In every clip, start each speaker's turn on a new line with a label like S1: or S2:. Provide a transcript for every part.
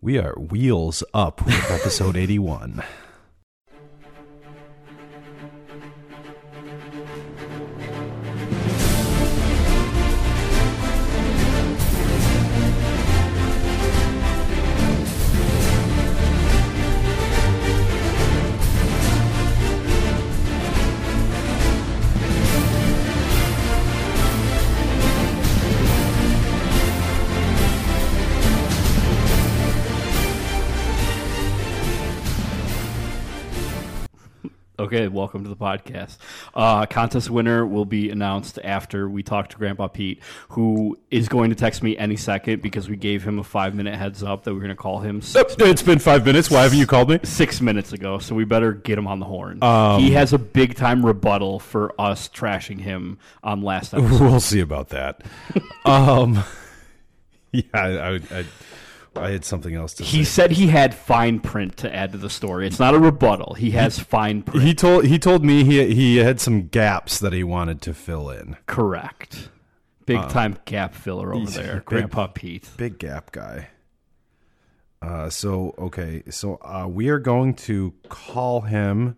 S1: We are wheels up with episode 81.
S2: Okay, welcome to the podcast. Uh, contest winner will be announced after we talk to Grandpa Pete, who is going to text me any second because we gave him a five minute heads up that we are going to call him six,
S1: It's been five minutes. Why haven't you called me?
S2: six minutes ago. So we better get him on the horn.
S1: Um,
S2: he has a big time rebuttal for us trashing him on last episode.
S1: We'll see about that. Um, yeah, I, I, I had something else to say.
S2: He said he had fine print to add to the story. It's not a rebuttal. He has fine print.
S1: He told he told me he he had some gaps that he wanted to fill in.
S2: Correct. Big time gap filler over
S1: Uh, he's a
S2: there,
S1: big-
S2: Grandpa Pete.
S1: Big gap guy. Uh, so okay, so uh, we are going to call him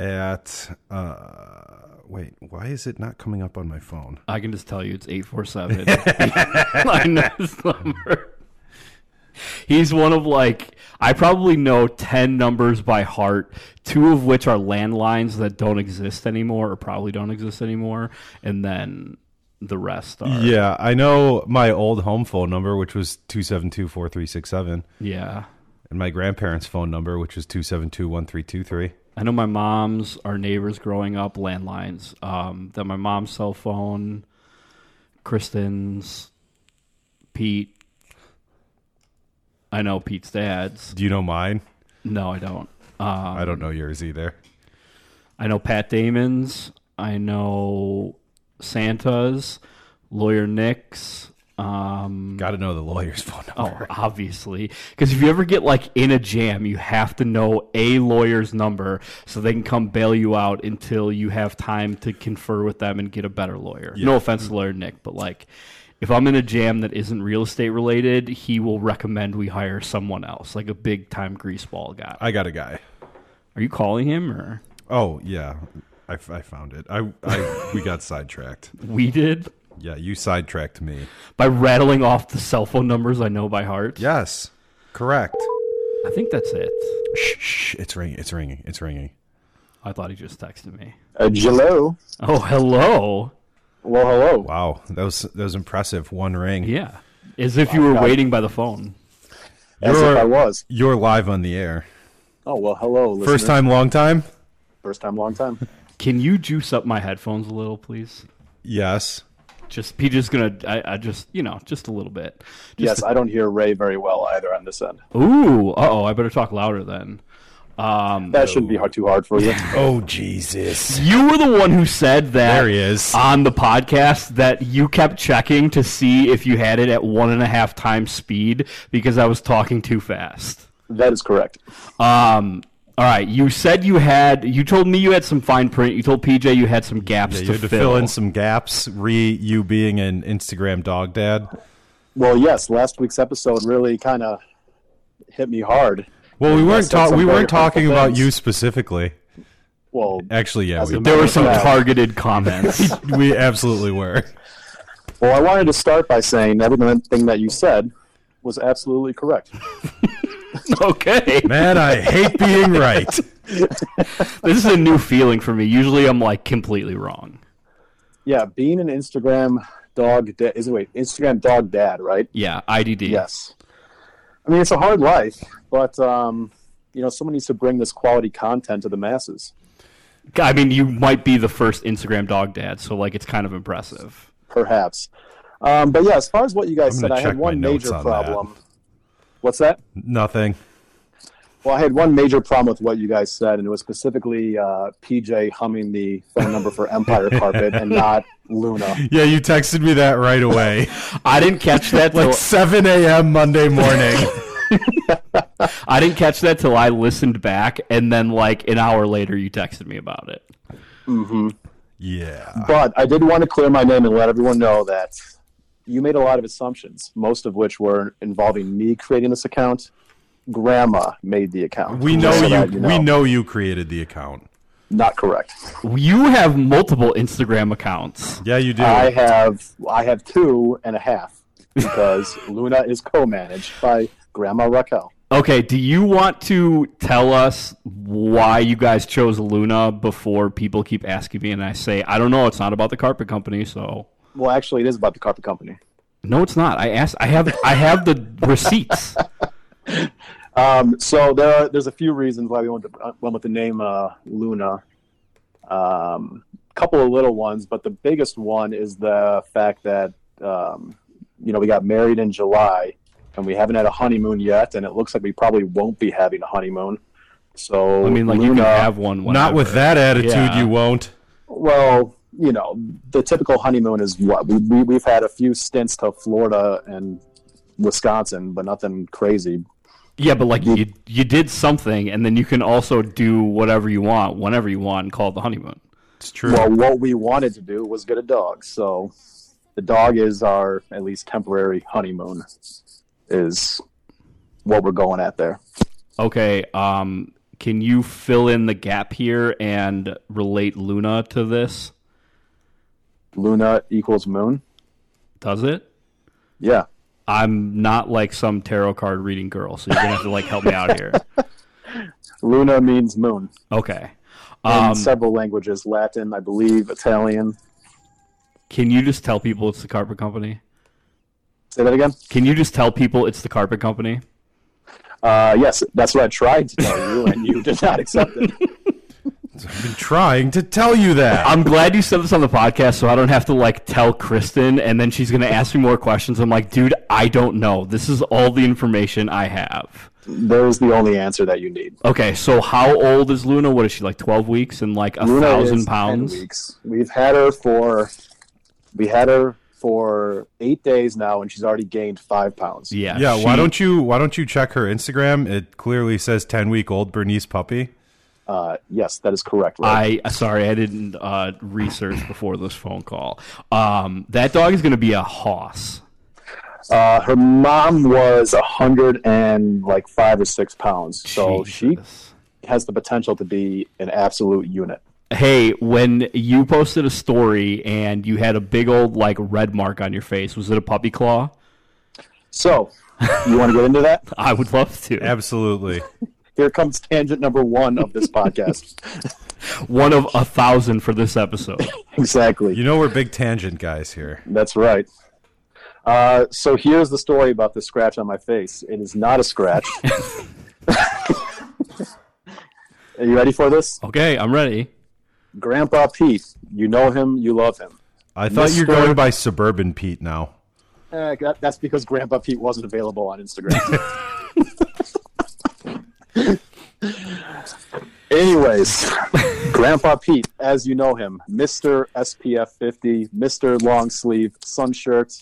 S1: at. Uh, wait, why is it not coming up on my phone?
S2: I can just tell you it's 847. I know his number. He's one of like, I probably know 10 numbers by heart, two of which are landlines that don't exist anymore or probably don't exist anymore. And then the rest are. Yeah.
S1: Yeah, I know my old home phone number, which was two seven two four three six seven, and my grandparents' phone number, which was two seven two one three two three.
S2: I know my mom's, our neighbors growing up, landlines. Um, then my mom's cell phone, Kristen's, Pete. I know Pete's dad's.
S1: Do you know mine?
S2: No, I don't. Uh,
S1: I don't know yours either.
S2: I know Pat Damon's. I know Santa's, Lawyer Nick's. Um,
S1: Got to know the lawyer's phone number.
S2: oh, obviously, because if you ever get like in a jam, you have to know a lawyer's number so they can come bail you out until you have time to confer with them and get a better lawyer. No offense to Lawyer Nick, but like. If I'm in a jam that isn't real estate related, he will recommend we hire someone else, like a big time greaseball guy.
S1: I got a guy.
S2: Are you calling him or
S1: Oh yeah, I, f- I found it. I, I we got sidetracked.
S2: we did?
S1: Yeah, you sidetracked me.
S2: by rattling off the cell phone numbers I know by heart.
S1: Yes, correct.
S2: I think that's it.
S1: Shh, shh, it's ringing. It's ringing. It's ringing.
S2: I thought he just texted me.
S3: Uh, hello.
S2: Oh, hello.
S3: Well, hello.
S1: Wow, that was that was impressive. One ring.
S2: Yeah. As if you were waiting by the phone.
S3: As if
S1: You're-
S3: I was.
S1: You're live on the air.
S3: Oh well, hello.
S1: First
S3: listener.
S1: time, long time.
S3: First time, long time.
S2: Can you juice up my headphones a little, please?
S1: Yes.
S2: Just Peter's gonna. I, I just you know just a little bit. Just,
S3: yes, I don't hear Ray very well either on this end.
S2: Ooh. Uh oh. I better talk louder then. Um.
S3: That shouldn't be hard, too hard for you.
S1: Oh Jesus.
S2: You were the one who said that
S1: There he is.
S2: on the podcast that you kept checking to see if you had it at one and a half times speed because I was talking too fast.
S3: that is correct.
S2: Um, all right. You said you had. You told me you had some fine print. You told PJ you had some gaps
S1: Yeah, you
S2: to,
S1: had to
S2: fill.
S1: fill in some gaps. Re you being an Instagram dog dad.
S3: Well, yes, last week's episode really kind of hit me hard.
S1: Well, we weren't
S3: messed up
S1: ta-
S3: some
S1: we
S3: very
S1: weren't
S3: harmful
S1: talking about
S3: things.
S1: you specifically.
S3: Well,
S1: Actually, yeah,
S3: As
S1: we,
S3: a-
S2: there were some
S3: Yeah.
S2: targeted comments.
S1: we absolutely were.
S3: well, I wanted to start by saying everything that you said was absolutely correct.
S2: okay,
S1: Man, I hate being right.
S2: this is a new feeling for me. Usually, I'm like completely wrong.
S3: Yeah, being an Instagram dog da- is wait Instagram dog dad, right?
S2: Yeah, IDD.
S3: Yes. I mean, it's a hard life, but um, you know, someone needs to bring this quality content to the masses.
S2: I mean, you might be the first Instagram dog dad, so like it's kind of impressive.
S3: perhaps. Um, but yeah, as far as what you guys
S1: I'm
S3: said,
S1: gonna
S3: I
S1: check
S3: had
S1: my
S3: one
S1: notes
S3: major
S1: on
S3: problem. What's that?
S1: Nothing.
S3: Well, I had one major problem with what you guys said, and it was specifically uh, PJ humming the phone number for Empire Carpet and not Luna.
S1: Yeah, you texted me that right away.
S2: I didn't catch that.
S1: like
S2: till,
S1: 7 a.m. Monday morning.
S2: I didn't catch that till I listened back, and then like an hour later, you texted me about it.
S1: yeah.
S3: Mm-hmm. But I did want to clear my name and let everyone know that you made a lot of assumptions, most of which were involving me creating this account. Grandma made the account.
S1: We know
S3: Just so
S1: you,
S3: that
S1: We know you created the account.
S3: Not correct.
S2: You have multiple Instagram accounts.
S1: Yeah, you do.
S3: I have I have two and a half because Luna is co-managed by Grandma Raquel.
S2: Okay, do you want to tell us why you guys chose Luna before people keep asking me and I say, I don't know, it's not about the carpet company, so
S3: Well, actually, it is about the carpet company.
S2: No, it's not. I asked I have I have the receipts.
S3: Um, so there are, there's a few reasons why we went, to, went with the name uh, Luna. Um, couple of little ones, but the biggest one is the fact that um, you know we got married in July, and we haven't had a honeymoon yet, and it looks like we probably won't be having a honeymoon. So
S2: I mean like
S3: Luna,
S2: you can have one
S1: Not with
S2: whenever.
S1: that attitude,
S2: Yeah.
S1: you won't.
S3: Well, you know, the typical honeymoon is what we, we we've had a few stints to Florida and Wisconsin, but nothing crazy.
S2: Yeah, but like you you did something and then you can also do whatever you want, whenever you want, and call it the honeymoon.
S1: It's true.
S3: Well, what we wanted to do was get a dog. So the dog is our at least temporary honeymoon is what we're going at there.
S2: Okay, um can you fill in the gap here and relate Luna to this?
S3: Luna equals moon.
S2: Does it?
S3: Yeah.
S2: I'm not like some tarot card reading girl, so you're gonna have to like help me out here.
S3: Luna means moon
S2: Okay.
S3: in
S2: Um,
S3: several languages, Latin, I believe, Italian.
S2: can you just tell people it's the carpet company?
S3: Say that again.
S2: Can you just tell people it's the carpet company?
S3: Uh, yes, that's what I tried to tell you, and you did not accept it.
S1: I've been trying to tell you that.
S2: I'm glad you said this on the podcast, so I don't have to like tell Kristen, and then she's gonna ask me more questions. I'm like, dude, I don't know. This is all the information I have.
S3: There's the only answer that you need.
S2: Okay, so how old is Luna? What is she like? Twelve weeks and like a
S3: Luna is
S2: thousand
S3: 10
S2: pounds.
S3: Weeks. We've had her for we had her for eight days now, and she's already gained five pounds.
S2: Yeah.
S1: yeah,
S2: she-
S1: why don't you why don't you check her Instagram? It clearly says 10 week old Bernice puppy.
S3: Uh, yes, that is correct. Right?
S2: I sorry, I didn't uh, research before this phone call. Um, that dog is gonna be a hoss.
S3: Uh, her mom was a hundred and like five or six pounds, so
S2: Jesus.
S3: Oh, she has the potential to be an absolute unit.
S2: Hey, when you posted a story and you had a big old like red mark on your face, was it a puppy claw?
S3: So, you want to get into that?
S2: I would love to.
S1: Absolutely.
S3: Here comes tangent number one of this podcast.
S2: One of a thousand for this episode.
S3: exactly.
S1: You know we're big tangent guys here.
S3: That's right. Uh, so here's the story about the scratch on my face. It is not a scratch. Are you ready for this?
S2: Okay, I'm ready.
S3: Grandpa Pete, you know him, you love him.
S1: I thought you were
S3: Mr.
S1: going by Suburban Pete now.
S3: Eh, that- that's because Grandpa Pete wasn't available on Instagram. Anyways, Grandpa Pete, as you know him, Mr. SPF 50, Mr. Long Sleeve Sun Shirt,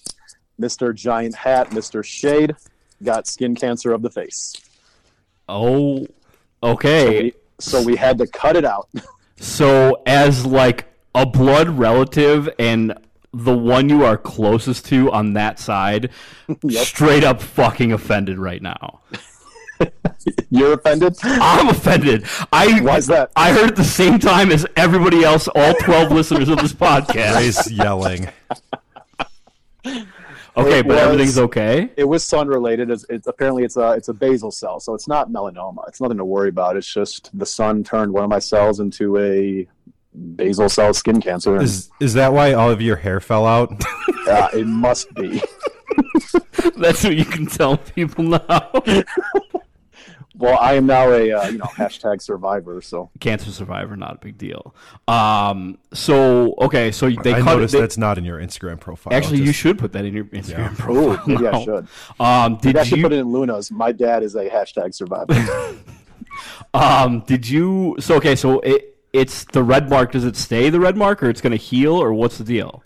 S3: Mr. Giant Hat, Mr. Shade, got skin cancer of the face.
S2: Oh, okay.
S3: We- So we had to cut it out.
S2: So, as like a blood relative and the one you are closest to on that side, straight up fucking offended right now.
S3: You're offended?
S2: I'm offended. I
S3: Why's that?
S2: I heard at the same time as everybody else, all 12 listeners of this podcast.
S1: Grace yelling.
S2: Okay,
S3: It
S2: but
S3: was-
S2: everything's okay.
S3: It was sun related. It's, it's apparently it's a it's a basal cell, so it's not melanoma. It's nothing to worry about. It's just the sun turned one of my cells into a basal cell skin cancer. And,
S1: Is is that why all of your hair fell out?
S3: uh, it must be.
S2: That's what you can tell people now.
S3: Well, I am now a uh, you know hashtag survivor. So
S2: Cancer survivor, not a big deal. Um, so okay, so they
S1: I
S2: cut it.
S1: noticed
S2: they-
S1: that's not in your Instagram profile.
S2: actually, you
S1: Just-
S2: should put that in your Instagram profile.
S3: ooh, maybe I
S2: now.
S3: should.
S2: Um,
S3: Maybe I
S2: Oh, did
S3: should
S2: you?
S3: put it in Luna's. My dad is a hashtag survivor.
S2: um, did you? So okay, so it it's the red mark. Does it stay the red mark, or it's gonna heal, or what's the deal?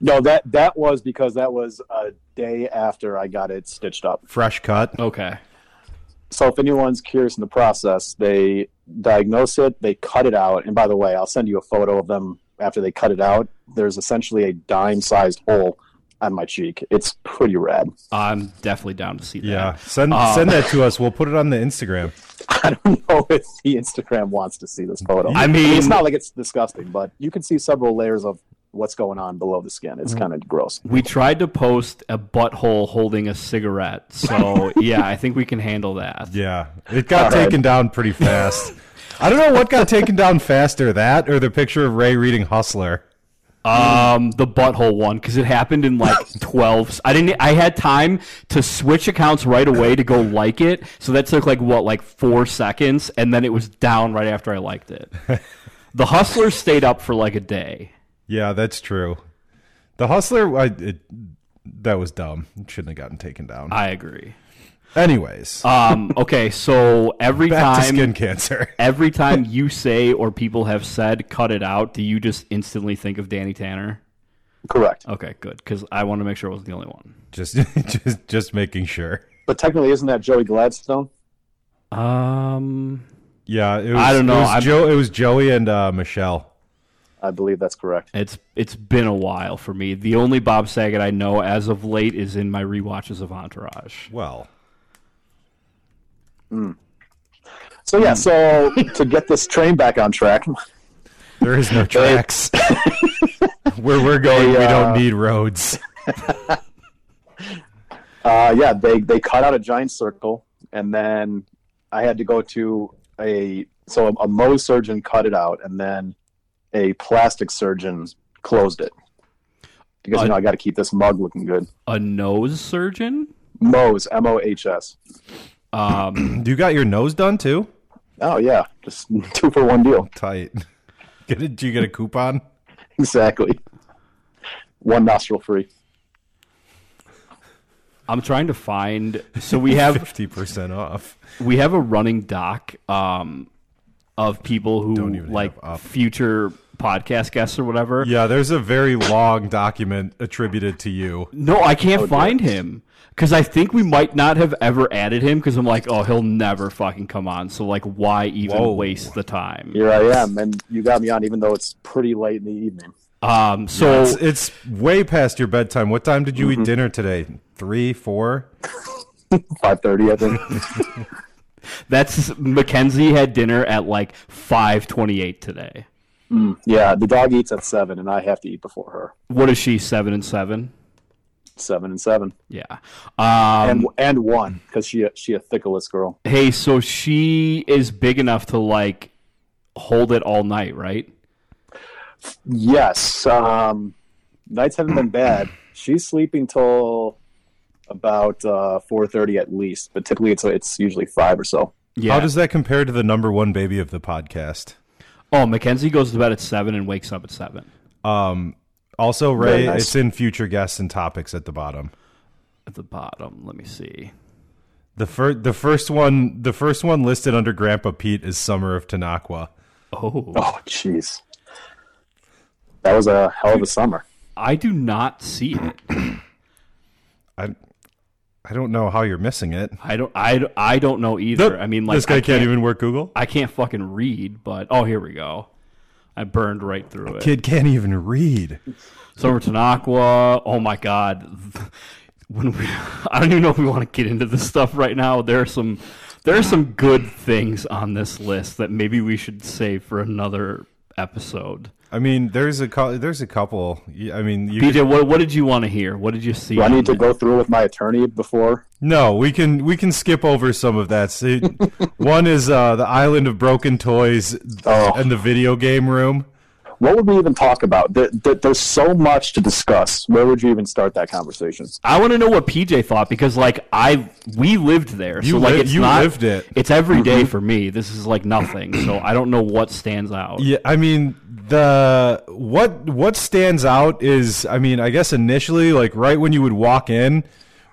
S3: no, that that was because that was a day after I got it stitched up.
S1: fresh cut.
S2: Okay.
S3: so if anyone's curious in the process, they diagnose it, they cut it out, and by the way, I'll send you a photo of them after they cut it out. There's essentially a dime-sized hole on my cheek. It's pretty rad.
S2: I'm definitely down to see that.
S1: Yeah, send
S2: Ah.
S1: send that to us. We'll put it on the Instagram.
S3: I don't know if the Instagram wants to see this photo.
S2: I mean-
S3: it's not like it's disgusting, but you can see several layers of what's going on below the skin.
S2: Mm-hmm.
S3: It's kind of gross.
S2: We tried to post a butthole holding a cigarette, so yeah, I think we can handle that.
S1: Yeah, it got
S3: All right.
S1: taken down pretty fast. I don't know what got taken down faster, that or the picture of Ray reading Hustler.
S2: Um, the butthole one because it happened in like twelve. s- I didn't. I had time to switch accounts right away to go like it, so that took like what, like four seconds, and then it was down right after I liked it. the hustler stayed up for like a day.
S1: Yeah, that's true. The Hustler, I, it, that was dumb. It shouldn't have gotten taken down.
S2: I agree.
S1: Anyways,
S2: Um, okay, so every
S1: back to
S2: time
S1: skin cancer.
S2: every time you say or people have said cut it out, do you just instantly think of Danny Tanner?
S3: Correct.
S2: Okay, good. Because I want to make sure I wasn't the only one.
S1: just, just, just making sure.
S3: But technically, isn't that Joey Gladstone?
S2: Um,
S1: Yeah, it was,
S2: I don't know.
S1: It was,
S2: I'm-
S1: Joe, it was Joey and uh, Michelle.
S3: I believe that's correct.
S2: it's it's been a while for me. The only Bob Saget I know as of late is in my rewatches of Entourage.
S1: Well,
S3: So
S2: Hmm.
S3: yeah, so to get this train back on track,
S1: there is no tracks. Where we're going,
S3: They,
S1: we
S3: uh,
S1: don't need roads.
S3: uh, yeah, they they cut out a giant circle, and then I had to go to a so a, a Mohs surgeon cut it out, and then a plastic surgeon closed it because you know I got to keep this mug looking good.
S2: A nose surgeon.
S3: Mohs, M O H S.
S2: Um,
S1: You got your nose done too?
S3: Oh yeah, just two for one deal.
S1: Tight. Get a, did you get a coupon?
S3: Exactly. One nostril free.
S2: I'm trying to find. So we have
S1: fifty percent off.
S2: we have a running doc um, of people who
S1: Don't even have
S2: like
S1: up.
S2: future podcast guests or whatever.
S1: Yeah, there's a very long document attributed to you.
S2: No, I can't find him because I think we might not have ever added him because I'm like, oh, he'll never fucking come on. So like, why even
S1: Whoa.
S2: waste the time?
S3: Here I am, and you got me on, even though it's pretty late in the evening.
S2: Um, so
S1: It's, it's way past your bedtime. What time did you
S2: Mm-hmm.
S1: eat dinner today? Three, four?
S3: Five thirty, I think.
S2: that's Mackenzie had dinner at like 5:28 today.
S3: yeah, the dog eats at seven, and I have to eat before her.
S2: What is she? Seven and seven.
S3: Seven and seven,
S2: Yeah. Um,
S3: and and one because she she a thickless girl.
S2: hey, so she is big enough to like hold it all night, right?
S3: Yes, um, nights haven't been bad. She's sleeping till about uh, four thirty at least, but typically it's it's usually five or so.
S2: Yeah.
S1: How does that compare to the number one baby of the podcast?
S2: oh, Mackenzie goes to bed at seven and wakes up at seven.
S1: Um, also, Ray,
S3: Very nice.
S1: it's in future guests and topics at the bottom.
S2: At the bottom, let me see.
S1: The first, the first one, the first one listed under Grandpa Pete is Summer of Tanakwa.
S2: Oh.
S3: Oh, jeez, that was a hell of a summer.
S2: I do not see it.
S1: I, I don't know how you're missing it.
S2: I don't. I, I don't know either. I mean, like
S1: this guy
S2: I
S1: can't even work Google.
S2: I can't fucking read. But oh, here we go. I burned right through it.
S1: Kid can't even read.
S2: Summer Tanakwa. Oh my god. When we, I don't even know if we want to get into this stuff right now. There are some, there are some good things on this list that maybe we should save for another episode.
S1: I mean, there's a cou- there's a couple. Y- I mean, you
S2: BJ, what, what did you want to hear? What did you see?
S3: Do I
S2: on
S3: need to
S2: it?
S3: go through with my attorney before?
S1: No, we can we can skip over some of that. See, one is uh, the Island of Broken Toys
S3: Oh.
S1: and the video game room.
S3: What would we even talk about? There, there, there's so much to discuss. Where would you even start that conversation?
S2: I want to know what PJ thought because, like, I we lived there, so
S1: You
S2: like
S1: li-
S2: it's
S1: you
S2: not,
S1: lived it. Mm-hmm.
S2: It's every day for me. This is like nothing, so I don't know what stands out.
S1: Yeah, I mean the what what stands out is I mean I guess initially like right when you would walk in,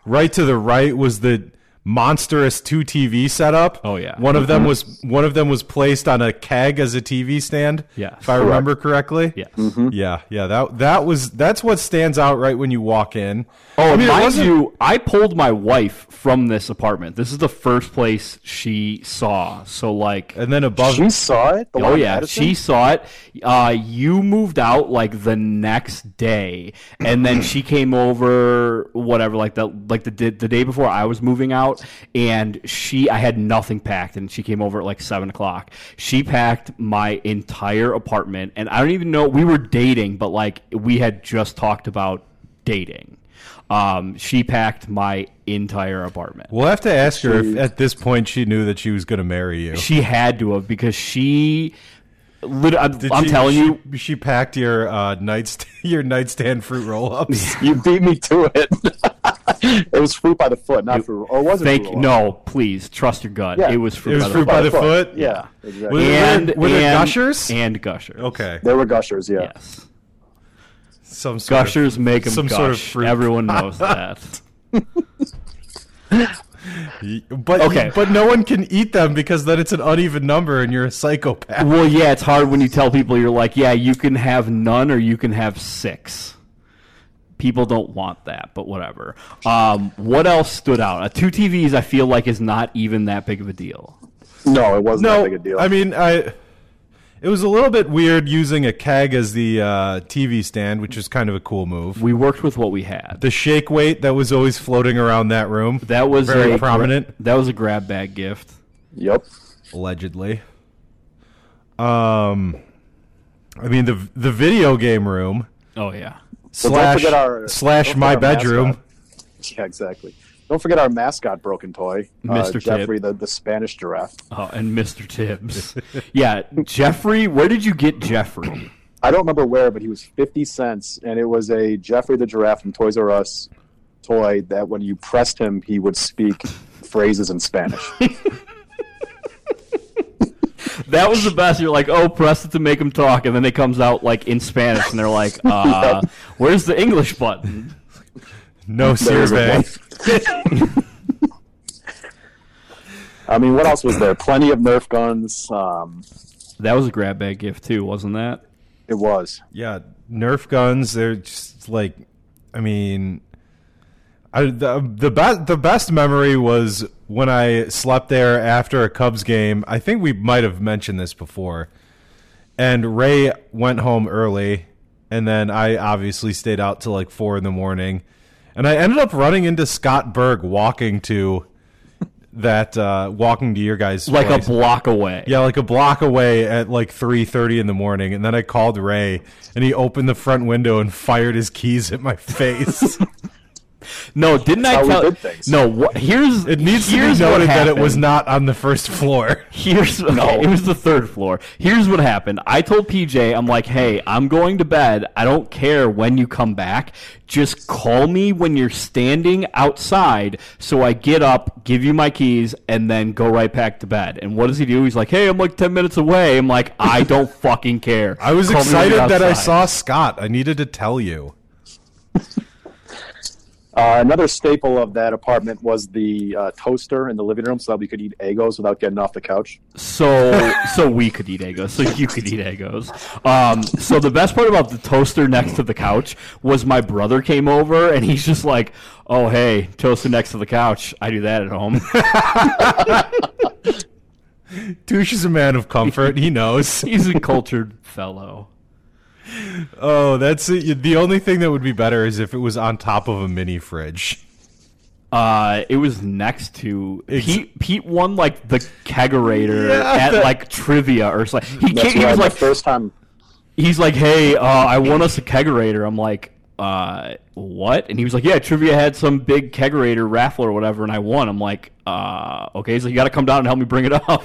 S1: right to the right was the monstrous two TV setup.
S2: Oh, yeah.
S1: one of them was one of them was placed on a keg as a TV stand.
S2: Yes.
S1: if I remember correctly.
S2: Yes.
S1: yeah, yeah. That that was that's what stands out right when you walk in.
S2: Oh,
S1: I mean, it
S2: mind
S1: wasn't-
S2: you, I pulled my wife from this apartment. This is the first place she saw. So, like,
S1: and then above
S3: She saw it. The
S2: Oh
S3: one in
S2: yeah,
S3: Madison?
S2: she saw it. Uh, you moved out like the next day, and then she came over, whatever, like the like the di- the day before I was moving out, and she I had nothing packed, and she came over at like seven o'clock. She packed my entire apartment, and I don't even know we were dating, but like we had just talked about dating. Um, she packed my entire apartment.
S1: We'll have to ask her if at this point she knew that she was going to marry you.
S2: She had to have because she. Lit- I'm,
S1: Did
S2: I'm
S1: she-
S2: telling
S1: she-
S2: you,
S1: she packed your uh, nightstand, your nightstand fruit roll-ups.
S3: You beat me to it. it was fruit by the foot, not fruit. Or was it?
S2: Thank
S3: fruit
S2: you.
S3: roll-up?
S2: No, please trust your gut.
S3: Yeah.
S2: It was fruit.
S1: It was
S2: by the
S1: fruit
S2: foot.
S1: by the foot.
S3: Yeah, exactly.
S1: Was it-
S2: and
S1: Were there
S2: and-
S1: gushers?
S2: and gushers.
S1: Okay,
S3: There were gushers. Yeah.
S2: Yes,
S1: some sort
S2: gushers make them
S1: some
S2: gush.
S1: sort of fruit.
S2: Everyone knows that.
S1: Of, but
S2: Okay.
S1: but no one can eat them because then it's an uneven number and you're a psychopath.
S2: well, yeah, it's hard when you tell people you're like, yeah, you can have none or you can have six. People don't want that, but whatever. Um, what else stood out? Uh, two TVs, I feel like, is not even that big of a deal.
S3: No, it wasn't that
S1: No,
S3: big a deal.
S1: I mean I. It was a little bit weird using a keg as the uh, TV stand, which was kind of a cool move.
S2: We worked with what we had.
S1: The shake weight that was always floating around that room.
S2: That was
S1: very
S2: a,
S1: prominent.
S2: That was a grab bag gift.
S3: yep.
S1: allegedly. Um, I mean the the video game room
S2: Oh yeah.
S3: don't
S1: slash
S3: forget our-
S1: slash
S3: don't
S1: my
S3: forget our
S1: bedroom.
S3: mascot. Yeah, exactly. Don't forget our mascot broken toy, uh,
S2: Mr. Tip.
S3: Jeffrey, the, the Spanish giraffe.
S2: Oh, and Mr. Tibbs. yeah, Jeffrey. Where did you get Jeffrey?
S3: I don't remember where, but he was fifty cents, and it was a Jeffrey the giraffe from Toys R Us toy that when you pressed him, he would speak phrases in Spanish.
S2: That was the best. You're like, oh, press it to make him talk, and then it comes out like in Spanish, and they're like, uh, where's the English button?
S1: No
S3: There's a
S1: survey.
S3: one. I mean, what else was there? Plenty of Nerf guns. Um,
S2: That was a grab bag gift too, wasn't that?
S3: it was.
S1: Yeah, Nerf guns. They're just like, I mean, I, the the best the best memory was when I slept there after a Cubs game. I think we might have mentioned this before. And Ray went home early, and then I obviously stayed out till like four in the morning, and I ended up running into Scott Berg walking to that uh, walking to your guys
S2: Like
S1: place.
S2: a block away.
S1: Yeah, like a block away at like three thirty in the morning, and then I called Ray, and he opened the front window and fired his keys at my face.
S2: No, didn't I
S3: how we
S2: tell?
S3: did things.
S2: No, what, here's
S1: it needs to be
S2: here's what
S1: noted that it
S2: happened.
S1: was not on the first floor.
S2: Here's okay, it was the third floor. Here's what happened. I told PJ, I'm like, hey, I'm going to bed. I don't care when you come back. Just call me when you're standing outside. So I get up, give you my keys, and then go right back to bed. And what does he do? He's like, hey, I'm like ten minutes away. I'm like, I don't fucking care.
S1: I was
S2: Call me when
S1: excited
S2: you're
S1: that I
S2: outside."
S1: saw Scott. I needed to tell you.
S3: Uh, another staple of that apartment was the uh, toaster in the living room, so that we could eat egos without getting off the couch.
S2: so so we could eat egos so you could eat egos um, so the best part about the toaster next to the couch was my brother came over and he's just like oh hey toaster next to the couch i do that at home
S1: Douche is a man of comfort. He knows.
S2: he's a cultured fellow
S1: Oh, that's it. the only thing that would be better is if it was on top of a mini fridge.
S2: uh, it was next to
S1: Ex-
S2: Pete. Pete won like the kegerator
S1: Yeah,
S2: at
S1: that-
S2: like trivia or something. He,
S3: That's
S2: came, he
S3: right,
S2: was
S3: the
S2: like,
S3: first time.
S2: he's like, "Hey, uh, I won us a kegerator." I'm like, uh, "What?" And he was like, "Yeah, trivia had some big kegerator raffle or whatever, and I won." I'm like, uh, "Okay, so you got to come down and help me bring it up."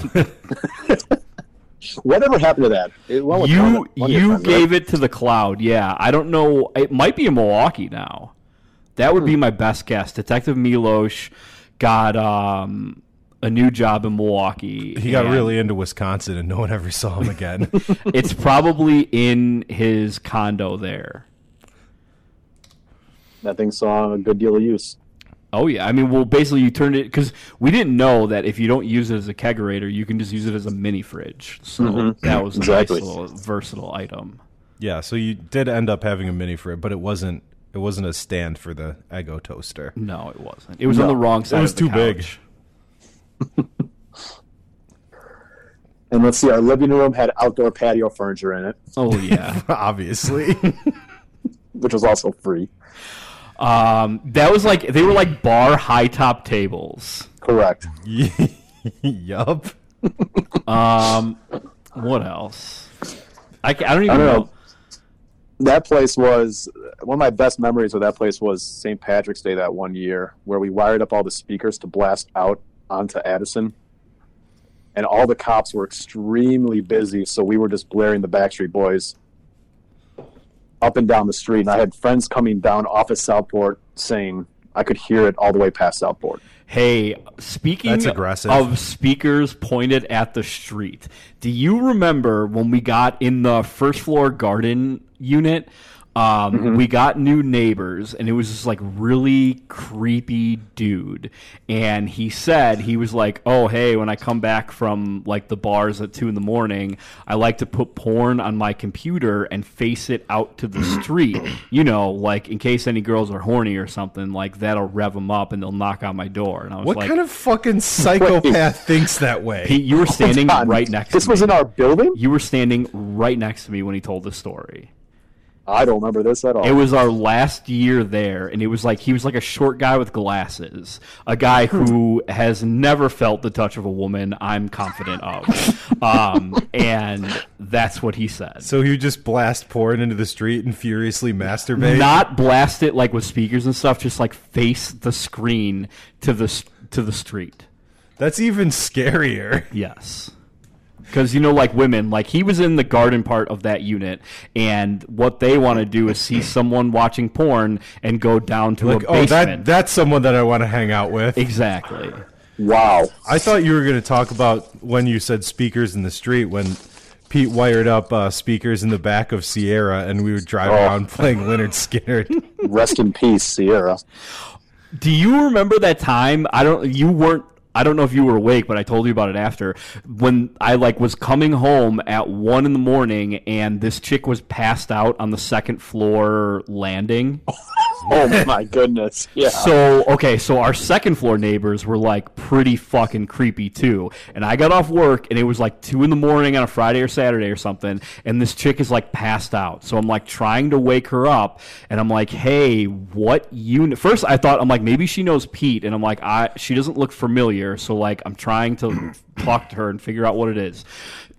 S3: Whatever happened to that? It went with
S2: you
S3: one- one of your
S2: you
S3: friends,
S2: gave it to the cloud. Yeah, I don't know. It might be in Milwaukee now. That would be my best guess. Detective Milosh got um, a new job in Milwaukee.
S1: He got
S2: and-
S1: really into Wisconsin, and no one ever saw him again.
S2: it's probably in his condo there.
S3: right? That thing saw a good deal of use.
S2: Oh yeah, I mean, well, basically you turned it because we didn't know that if you don't use it as a kegerator, you can just use it as a mini fridge. So
S3: Mhm.
S2: that was a
S3: Exactly.
S2: nice little versatile item.
S1: Yeah, so you did end up having a mini fridge, but it wasn't it wasn't a stand for the Eggo toaster.
S2: No, it wasn't. It was on
S3: No,
S2: the wrong side.
S1: It was
S2: of the
S1: too big.
S2: couch.
S3: And let's see, our living room had outdoor patio furniture in it,
S2: Oh yeah.
S1: Obviously.
S3: which was also free.
S2: um, that was like they were like bar high top tables.
S3: Correct.
S1: yup.
S2: Um, what else? I, ca- I don't even
S3: I don't
S2: know.
S3: know. That place was one of my best memories of that place was St. Patrick's Day that one year, where we wired up all the speakers to blast out onto Addison. And all the cops were extremely busy, so we were just blaring the Backstreet Boys up and down the street. And I had friends coming down off of Southport saying I could hear it all the way past Southport.
S2: Hey, speaking
S1: That's aggressive.
S2: of speakers pointed at the street, do you remember when we got in the first floor garden unit? Um, We got new neighbors, and it was this like really creepy dude. And he said he was like, "Oh, hey, when I come back from like the bars at two in the morning, I like to put porn on my computer and face it out to the street. You know, like in case any girls are horny or something, like that'll rev them up and they'll knock on my door." And I was
S1: What
S2: like,
S1: kind of fucking psychopath thinks that way?
S2: Pete, you were standing
S3: God,
S2: right next
S3: This
S2: to
S3: was
S2: me.
S3: in our building?
S2: you were standing right next to me when he told the story.
S3: I don't remember this at all.
S2: It was our last year there, and it was like he was like a short guy with glasses, a guy who has never felt the touch of a woman. I'm confident of, um, and that's what he said.
S1: so you just blast porn into the street and furiously masturbate?
S2: Not blast it like with speakers and stuff, just like face the screen to the s- to the street.
S1: That's even scarier.
S2: Yes. Because, you know, like women, like he was in the garden part of that unit, and what they want to do is see someone watching porn and go down to
S1: Like,
S2: a
S1: oh, that
S2: basement.
S1: that's someone that I want to hang out with.
S2: exactly.
S3: wow.
S1: I thought you were going to talk about when you said speakers in the street when Pete wired up uh, speakers in the back of Sierra and we would drive
S3: Oh.
S1: around playing Leonard Skinner.
S3: Rest in peace, Sierra.
S2: Do you remember that time? I don't. You weren't. I don't know if you were awake, but I told you about it after when I like was coming home at one in the morning, and this chick was passed out on the second floor landing.
S3: Oh my goodness. Yeah.
S2: So okay, so our second floor neighbors were like pretty fucking creepy too. And I got off work and it was like two in the morning on a Friday or Saturday or something. And this chick is like passed out. So I'm like trying to wake her up, and I'm like, hey, what unit? First I thought I'm like maybe she knows Pete, and I'm like I she doesn't look familiar. So like I'm trying to talk to her and figure out what it is.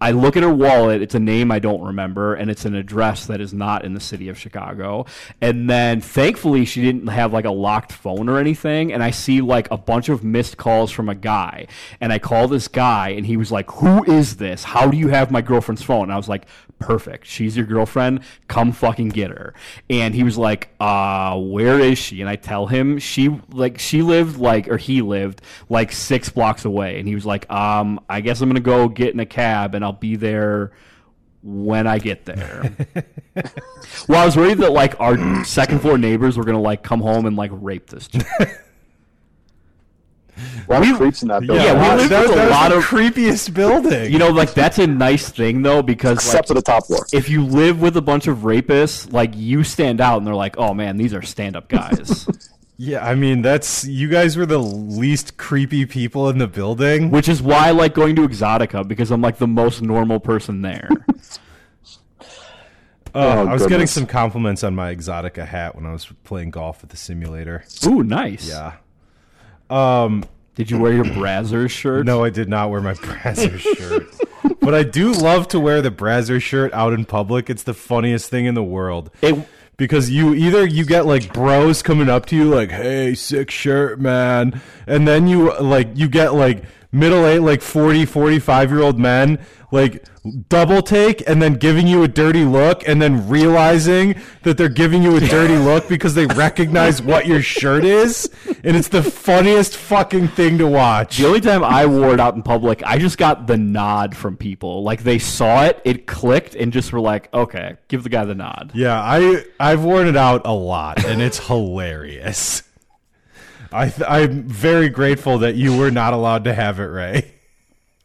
S2: I look at her wallet. It's a name I don't remember, and it's an address that is not in the city of Chicago. And then thankfully, she didn't have like a locked phone or anything. And I see like a bunch of missed calls from a guy. And I call this guy, and he was like, Who is this? How do you have my girlfriend's phone? And I was like, Perfect. She's your girlfriend. Come fucking get her. And he was like, uh, Where is she? And I tell him, She like, she lived like, or he lived like six blocks away. And he was like, um, I guess I'm going to go get in a cab and I'll be there when I get there. well, I was worried that like our second floor neighbors were going to like come home and like rape this chick.
S3: a lot of creeps in that building.
S2: yeah, we
S1: Wow,
S2: lived
S1: that,
S2: with a
S1: that was
S2: lot
S1: the
S2: of-
S1: creepiest building.
S2: You know, like that's a nice thing though because like,
S3: Except for the top floor.
S2: if you live with a bunch of rapists, like you stand out and they're like, "Oh man, these are stand-up guys."
S1: yeah, I mean that's you guys were the least creepy people in the building.
S2: Which is why I like going to Exotica because I'm like the most normal person there.
S1: Uh, I was getting
S3: Oh, goodness.
S1: some compliments on my Exotica hat when I was playing golf at the simulator.
S2: Ooh, nice.
S1: Yeah.
S2: Did you wear your Brazzers shirt?
S1: Um, No, I did not wear my Brazzer shirt. But I do love to wear the Brazzer shirt out in public. It's the funniest thing in the world.
S2: It-
S1: because you either you get like bros coming up to you like, "Hey, sick shirt, man." And then you like you get like middle eight like 40, 45-year-old men like double take and then giving you a dirty look and then realizing that they're giving you a dirty look because they recognize what your shirt is and it's the funniest fucking thing to watch.
S2: The only time I wore it out in public, I just got the nod from people. Like they saw it, it clicked, and just were like, "Okay, give the guy the nod."
S1: Yeah, I I've worn it out a lot, and it's hilarious. I th- I'm very grateful that you were not allowed to have it, Ray.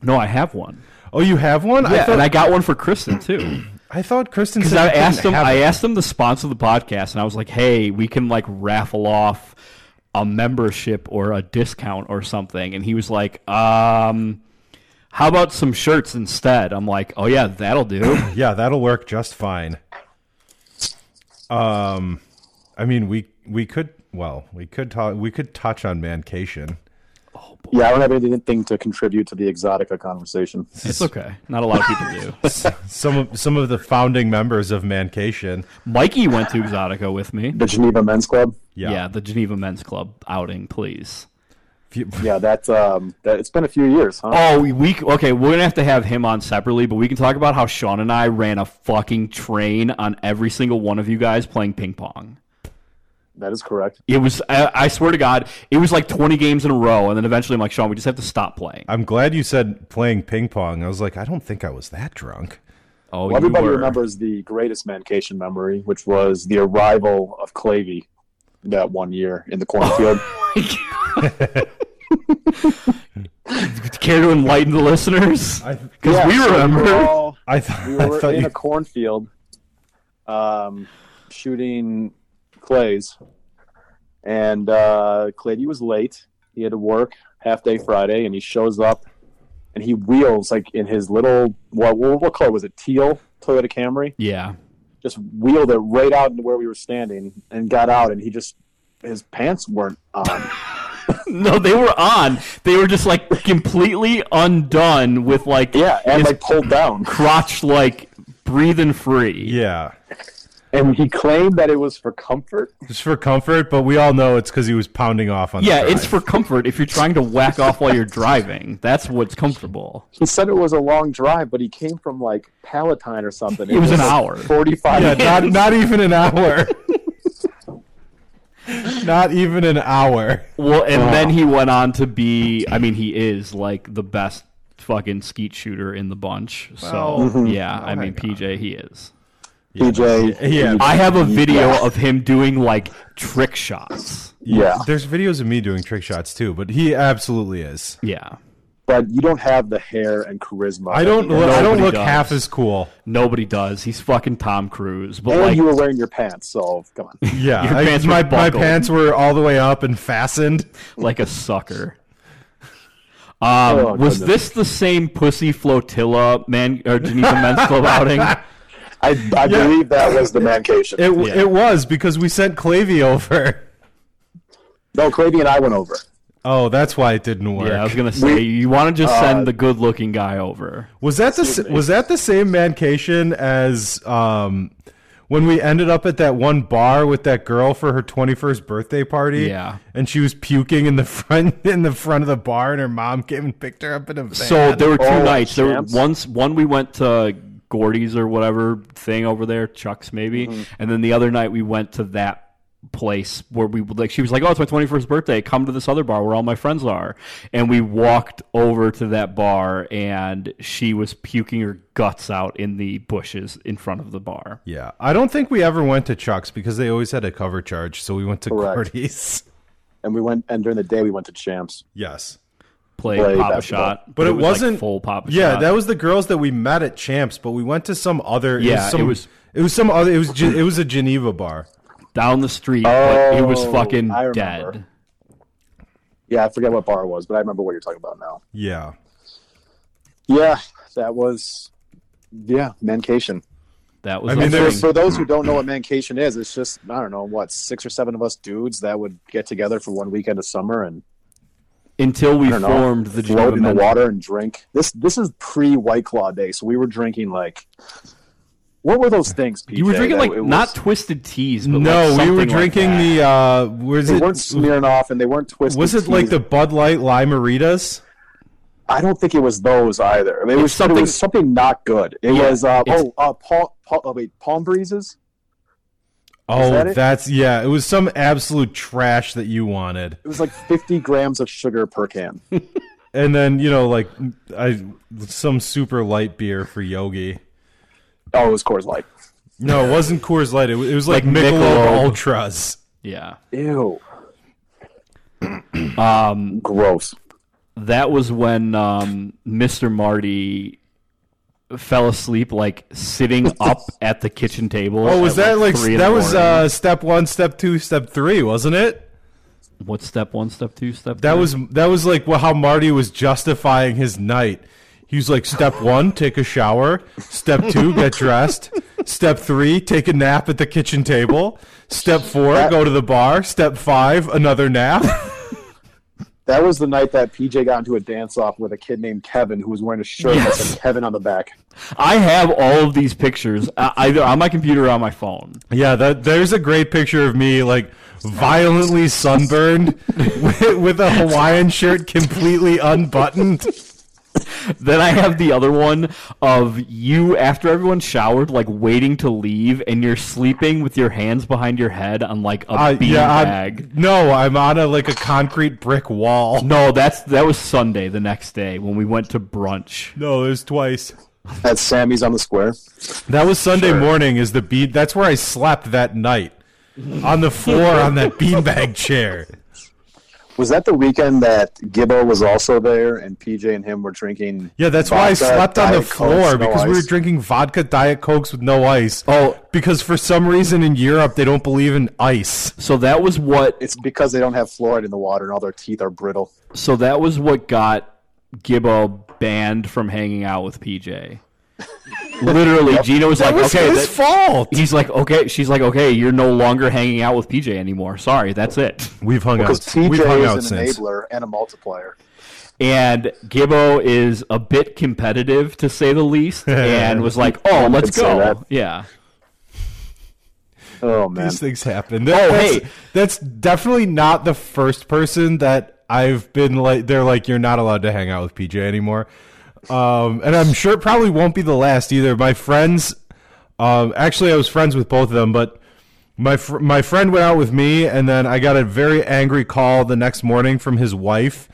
S2: No, I have one.
S1: Oh, you have one? I
S2: Yeah,
S1: thought
S2: and I got one for Kristen too.
S1: I thought Kristen
S2: Because
S1: said
S2: I
S1: you couldn't
S2: asked them,
S1: have
S2: I
S1: it.
S2: asked them to sponsor the podcast, and I was like, "Hey, we can like raffle off a membership or a discount or something." And he was like, "Um, how about some shirts instead?" I'm like, "Oh yeah, that'll do."
S1: Yeah, that'll work just fine. Um, I mean, we we could well, we could talk, we could touch on mancation.
S3: Yeah, I don't have anything to contribute to the exotica conversation.
S2: it's okay. Not a lot of people do.
S1: Some of some of the founding members of mancation.
S2: Mikey went to Exotica with me.
S3: The Geneva Men's Club.
S1: Yeah,
S2: yeah, the Geneva Men's Club outing, please.
S1: If you-
S3: Yeah, that's um, that, it's been a few years, huh?
S2: Oh, we- we okay. We're gonna have to have him on separately, but we can talk about how Sean and I ran a fucking train on every single one of you guys playing ping pong.
S3: That is correct.
S2: It was, I, I swear to God, it was like 20 games in a row, and then eventually I'm like, Sean, we just have to stop playing.
S1: I'm glad you said playing ping pong. I was like, I don't think I was that drunk.
S2: Oh,
S3: Well, everybody remembers the greatest mancation memory, which was the arrival of Clavy that one year in the cornfield.
S2: Oh Care to enlighten the listeners?
S1: I
S2: Because
S3: Yeah,
S2: we
S3: so
S2: remember.
S3: were all-
S1: I, th-
S3: we
S1: I
S3: were
S1: thought
S3: in
S1: you.
S3: a cornfield um, shooting clays and uh, Clady was late he had to work half day friday and he shows up and he wheels like in his little what, what what color was it teal toyota camry
S2: yeah.
S3: just wheeled it right out into where we were standing and got out and he just his pants weren't on
S2: No, they were on. They were just like completely undone with like
S3: yeah and
S2: his
S3: like pulled down
S2: crotch like breathing free.
S1: Yeah,
S3: and he claimed that it was for comfort
S1: just for comfort, but we all know it's because he was pounding off on. the
S2: Yeah,
S1: drive.
S2: it's for comfort if you're trying to whack off while you're driving. That's what's comfortable.
S3: he said it was a long drive, but he came from like Palatine or something.
S2: It was an
S3: like,
S2: hour.
S3: forty-five.
S1: yeah, not not even an hour. not even an hour.
S2: Well, and then he went on to be, I mean, he is like the best fucking skeet shooter in the bunch. So,
S3: Mhm.
S2: yeah,
S3: Oh
S2: I mean, PJ, he is.
S3: PJ.
S1: Yeah,
S2: I have a video of him doing like trick shots.
S3: Yeah,
S1: There's videos of me doing trick shots too, but he absolutely is.
S2: Yeah.
S3: but you don't have the hair and charisma.
S1: I don't. Look, I don't
S2: Nobody
S1: look
S2: does.
S1: half as cool.
S2: Nobody does. He's fucking Tom Cruise. But
S3: And
S2: like,
S3: you were wearing your pants, so come on.
S1: Yeah,
S2: Your
S1: I-
S2: pants were
S1: my my
S2: buckled.
S1: pants were all the way up and fastened.
S2: like a sucker. Um,
S3: Oh,
S2: was
S3: goodness.
S2: this the same pussy flotilla man or Geneva Men's Club outing?
S3: I, I believe that was the mancation.
S1: It w
S2: Yeah.
S1: it was because we sent Clavy over.
S3: no, Clavy and I went over.
S1: Oh, that's why it didn't work.
S2: Yeah, I was gonna say you want to just
S3: Uh,
S2: send the good-looking guy over.
S1: Was that the s- was that the same mancation as um when we ended up at that one bar with that girl for her 21st birthday party?
S2: Yeah.
S1: And she was puking in the front in the front of the bar and her mom came and picked her up in a van.
S2: So there were two
S3: Oh,
S2: nights. There were
S3: champs.
S2: once one we went to Gordy's or whatever thing over there, Chuck's maybe,
S3: Mm-hmm.
S2: and then the other night we went to that place where we like she was like, "Oh, it's my 21st birthday. Come to this other bar where all my friends are." And we walked over to that bar and she was puking her guts out in the bushes in front of the bar.
S1: yeah, I don't think we ever went to Chuck's because they always had a cover charge, so we went to
S3: Correct.
S1: Gordy's.
S3: And we went, and during the day we went to Champs.
S1: Yes.
S2: Play,
S3: Play
S2: pop a
S3: basketball.
S2: shot.
S1: But it,
S2: was, like,
S1: wasn't
S2: full pop a
S1: Yeah,
S2: shot.
S1: that was the girls that we met at Champs, but we went to some other. it
S2: Yeah,
S1: was some,
S2: it was-
S1: It was some other. It was. Ge- It was a Geneva bar.
S2: down the street, but it was
S3: Oh,
S2: fucking
S3: I remember.
S2: dead.
S3: Yeah, I forget what bar it was, but I remember what you're talking about now.
S1: Yeah,
S3: Yeah, that was. Yeah, mancation.
S2: That was
S1: I
S2: I
S1: mean,
S2: mean,
S1: there
S3: For,
S1: was-
S3: for those who don't know what mancation is, it's just I don't know what six or seven of us dudes that would get together for one weekend of summer and
S2: until we
S3: I don't know,
S2: formed the
S3: float
S2: Geneva
S3: in the
S2: Men's
S3: water and drink. This this is pre White Claw day, so we were drinking like what were those things? PJ,
S2: You were drinking
S3: that
S2: like
S3: it was-
S2: not twisted teas, but
S1: no,
S2: like
S1: we were
S2: something like
S1: drinking
S2: that.
S1: the. uh Was
S3: They
S1: it?
S3: weren't smearing off, and they weren't twisted.
S1: Was it like
S3: teas.
S1: the Bud Light Limeritas?
S3: I don't think it was those either. I mean, it was something
S2: something-
S3: it was something not good. It
S2: Yeah,
S3: was uh,
S2: it's-
S3: oh uh, Paul, Paul oh, wait Palm Breezes.
S1: Oh,
S3: that it?
S1: that's yeah. It was some absolute trash that you wanted,
S3: It was like fifty grams of sugar per can.
S1: and then you know like I some super light beer for Yogi.
S3: oh, it was Coors Light.
S1: No, it wasn't Coors Light. It was, it was like,
S2: Like
S1: Michelob
S2: Michelob.
S1: Ultras.
S2: Yeah,
S3: Ew.
S2: Um,
S3: Gross.
S2: that was when um, Mr. Marty fell asleep, like sitting up at the kitchen table.
S1: Oh, was
S2: at,
S1: that like
S2: three in
S1: that
S2: the
S1: was
S2: morning.
S1: uh, step one, step two, step three, wasn't it?
S2: What's step one, step two, step
S1: That
S2: three?
S1: was that was like wha- how Marty was justifying his night. He was like, step one, take a shower. Step two, get dressed. Step three, take a nap at the kitchen table. Step four, go to the bar. Step five, another nap.
S3: That was the night that PJ got into a dance off with a kid named Kevin who was wearing a shirt that
S2: Yes.
S3: said Kevin on the back. I
S2: I have all of these pictures uh, either on my computer or on my phone.
S1: yeah, that, there's a great picture of me like violently sunburned with, with a Hawaiian shirt completely unbuttoned.
S2: Then I have the other one of you after everyone showered, like waiting to leave, and you're sleeping with your hands behind your head on like a
S1: Uh,
S2: beanbag. bean
S1: yeah,
S2: bag.
S1: I'm, no, I'm on a like a concrete brick wall.
S2: No, that's that was Sunday the next day when we went to brunch.
S1: No, it was twice.
S3: At Sammy's on the square.
S1: That was Sunday morning. Is the bean? That's where I slept that night on the floor on that beanbag chair.
S3: Was that the weekend that Gibbo was also there and PJ and him were drinking?
S1: Yeah, that's why I
S3: vodka,
S1: slept on the
S3: Diet Cokes,
S1: floor
S3: no
S1: because we were
S3: ice?
S1: drinking vodka diet cokes with no ice.
S2: Oh.
S1: because for some reason in Europe they don't believe in ice.
S2: So that was what
S3: It's because they don't have fluoride in the water and all their teeth are brittle.
S2: so that was what got Gibbo banned from hanging out with PJ. Literally, Gino was like,
S1: That was
S2: "Okay,
S1: his
S2: that-
S1: fault.
S2: he's like, okay, she's like, okay, you're no longer hanging out with PJ anymore. Sorry, that's it."
S1: We've hung
S3: Because
S1: out. We've hung
S3: TJ
S1: out
S3: is an
S1: since.
S3: enabler and a multiplier.
S2: And Gibbo is a bit competitive to say the least, and was like, "Oh, let's
S3: could say that.
S2: go." Yeah.
S3: Oh man,
S1: These things happen. That-
S2: Oh,
S1: that's,
S2: hey.
S1: that's definitely not the first person that I've been like. They're like, you're not allowed to hang out with PJ anymore. Um, and I'm sure it probably won't be the last either. My friends, um, actually, I was friends with both of them, but my fr- my friend went out with me, and then I got a very angry call the next morning from his wife,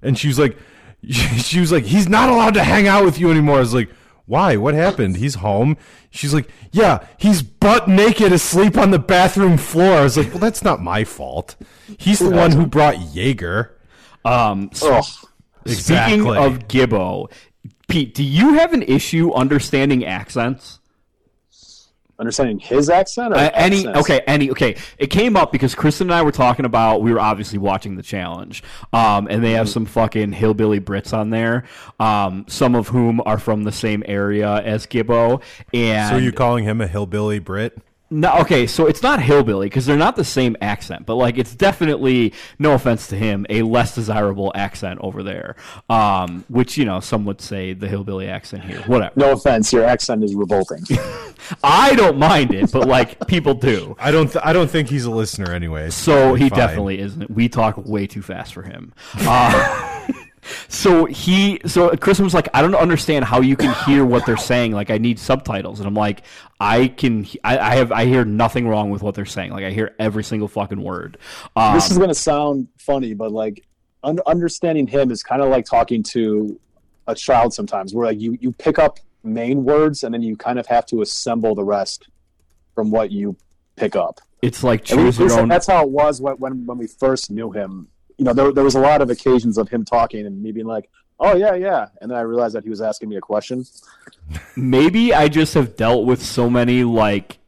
S1: and she was like, she was like, he's not allowed to hang out with you anymore. I was like, why? What happened? He's home. She's like, yeah, he's butt naked asleep on the bathroom floor. I was like, well, that's not my fault. He's the one who brought Jaeger.
S2: Um, so
S3: Ugh.
S2: Speaking of Gibbo, Pete, do you have an issue understanding accents?
S3: understanding his accent or
S2: Uh, any
S3: accents?
S2: okay, any okay. It came up because Kristen and I were talking about we were obviously watching the challenge, um, and they have some fucking hillbilly Brits on there, um, some of whom are from the same area as Gibbo. And
S1: so you calling him a hillbilly Brit?
S2: No, okay, so it's not hillbilly because they're not the same accent, but like it's definitely, no offense to him, a less desirable accent over there. Um, which you know some would say the hillbilly accent here, whatever.
S3: No offense, your accent is revolting.
S2: I don't mind it, but like people do.
S1: I don't. Th- I don't think he's a listener anyway. It's
S2: So
S1: probably
S2: he
S1: fine.
S2: definitely isn't. We talk way too fast for him. Uh, so he, so Kristen was like, I don't understand how you can hear what they're saying. Like, I need subtitles, and I'm like, I can, I, I have, I hear nothing wrong with what they're saying. Like, I hear every single fucking word. Um,
S3: this is going to sound funny, but like un- understanding him is kind of like talking to a child sometimes, where like you you pick up main words and then you kind of have to assemble the rest from what you pick up.
S2: it's like
S3: And we-
S2: choose
S3: we
S2: your
S3: said
S2: own.
S3: that's how it was when, when when we first knew him. You know, there there was a lot of occasions of him talking and me being like, "Oh yeah, yeah," and then I realized that he was asking me a question.
S2: Maybe I just have dealt with so many like.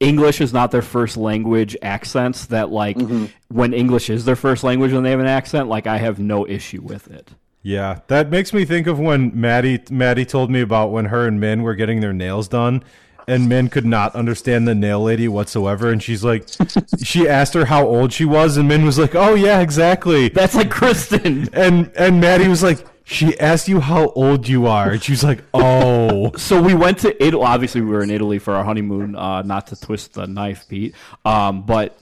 S2: English is not their first language accents that like
S3: Mm-hmm.
S2: when English is their first language when they have an accent like I have no issue with it.
S1: Yeah, that makes me think of when Maddie Maddie told me about when her and Min were getting their nails done, and Min could not understand the nail lady whatsoever, and she's like, she asked her how old she was, and Min was like, "Oh yeah, exactly,"
S2: That's like Kristen.
S1: and and Maddie was like, "She asked you how old you are," and she was like, "Oh."
S2: So we went to Italy. Obviously, we were in Italy for our honeymoon. Uh, not to twist the knife, Pete. Um, but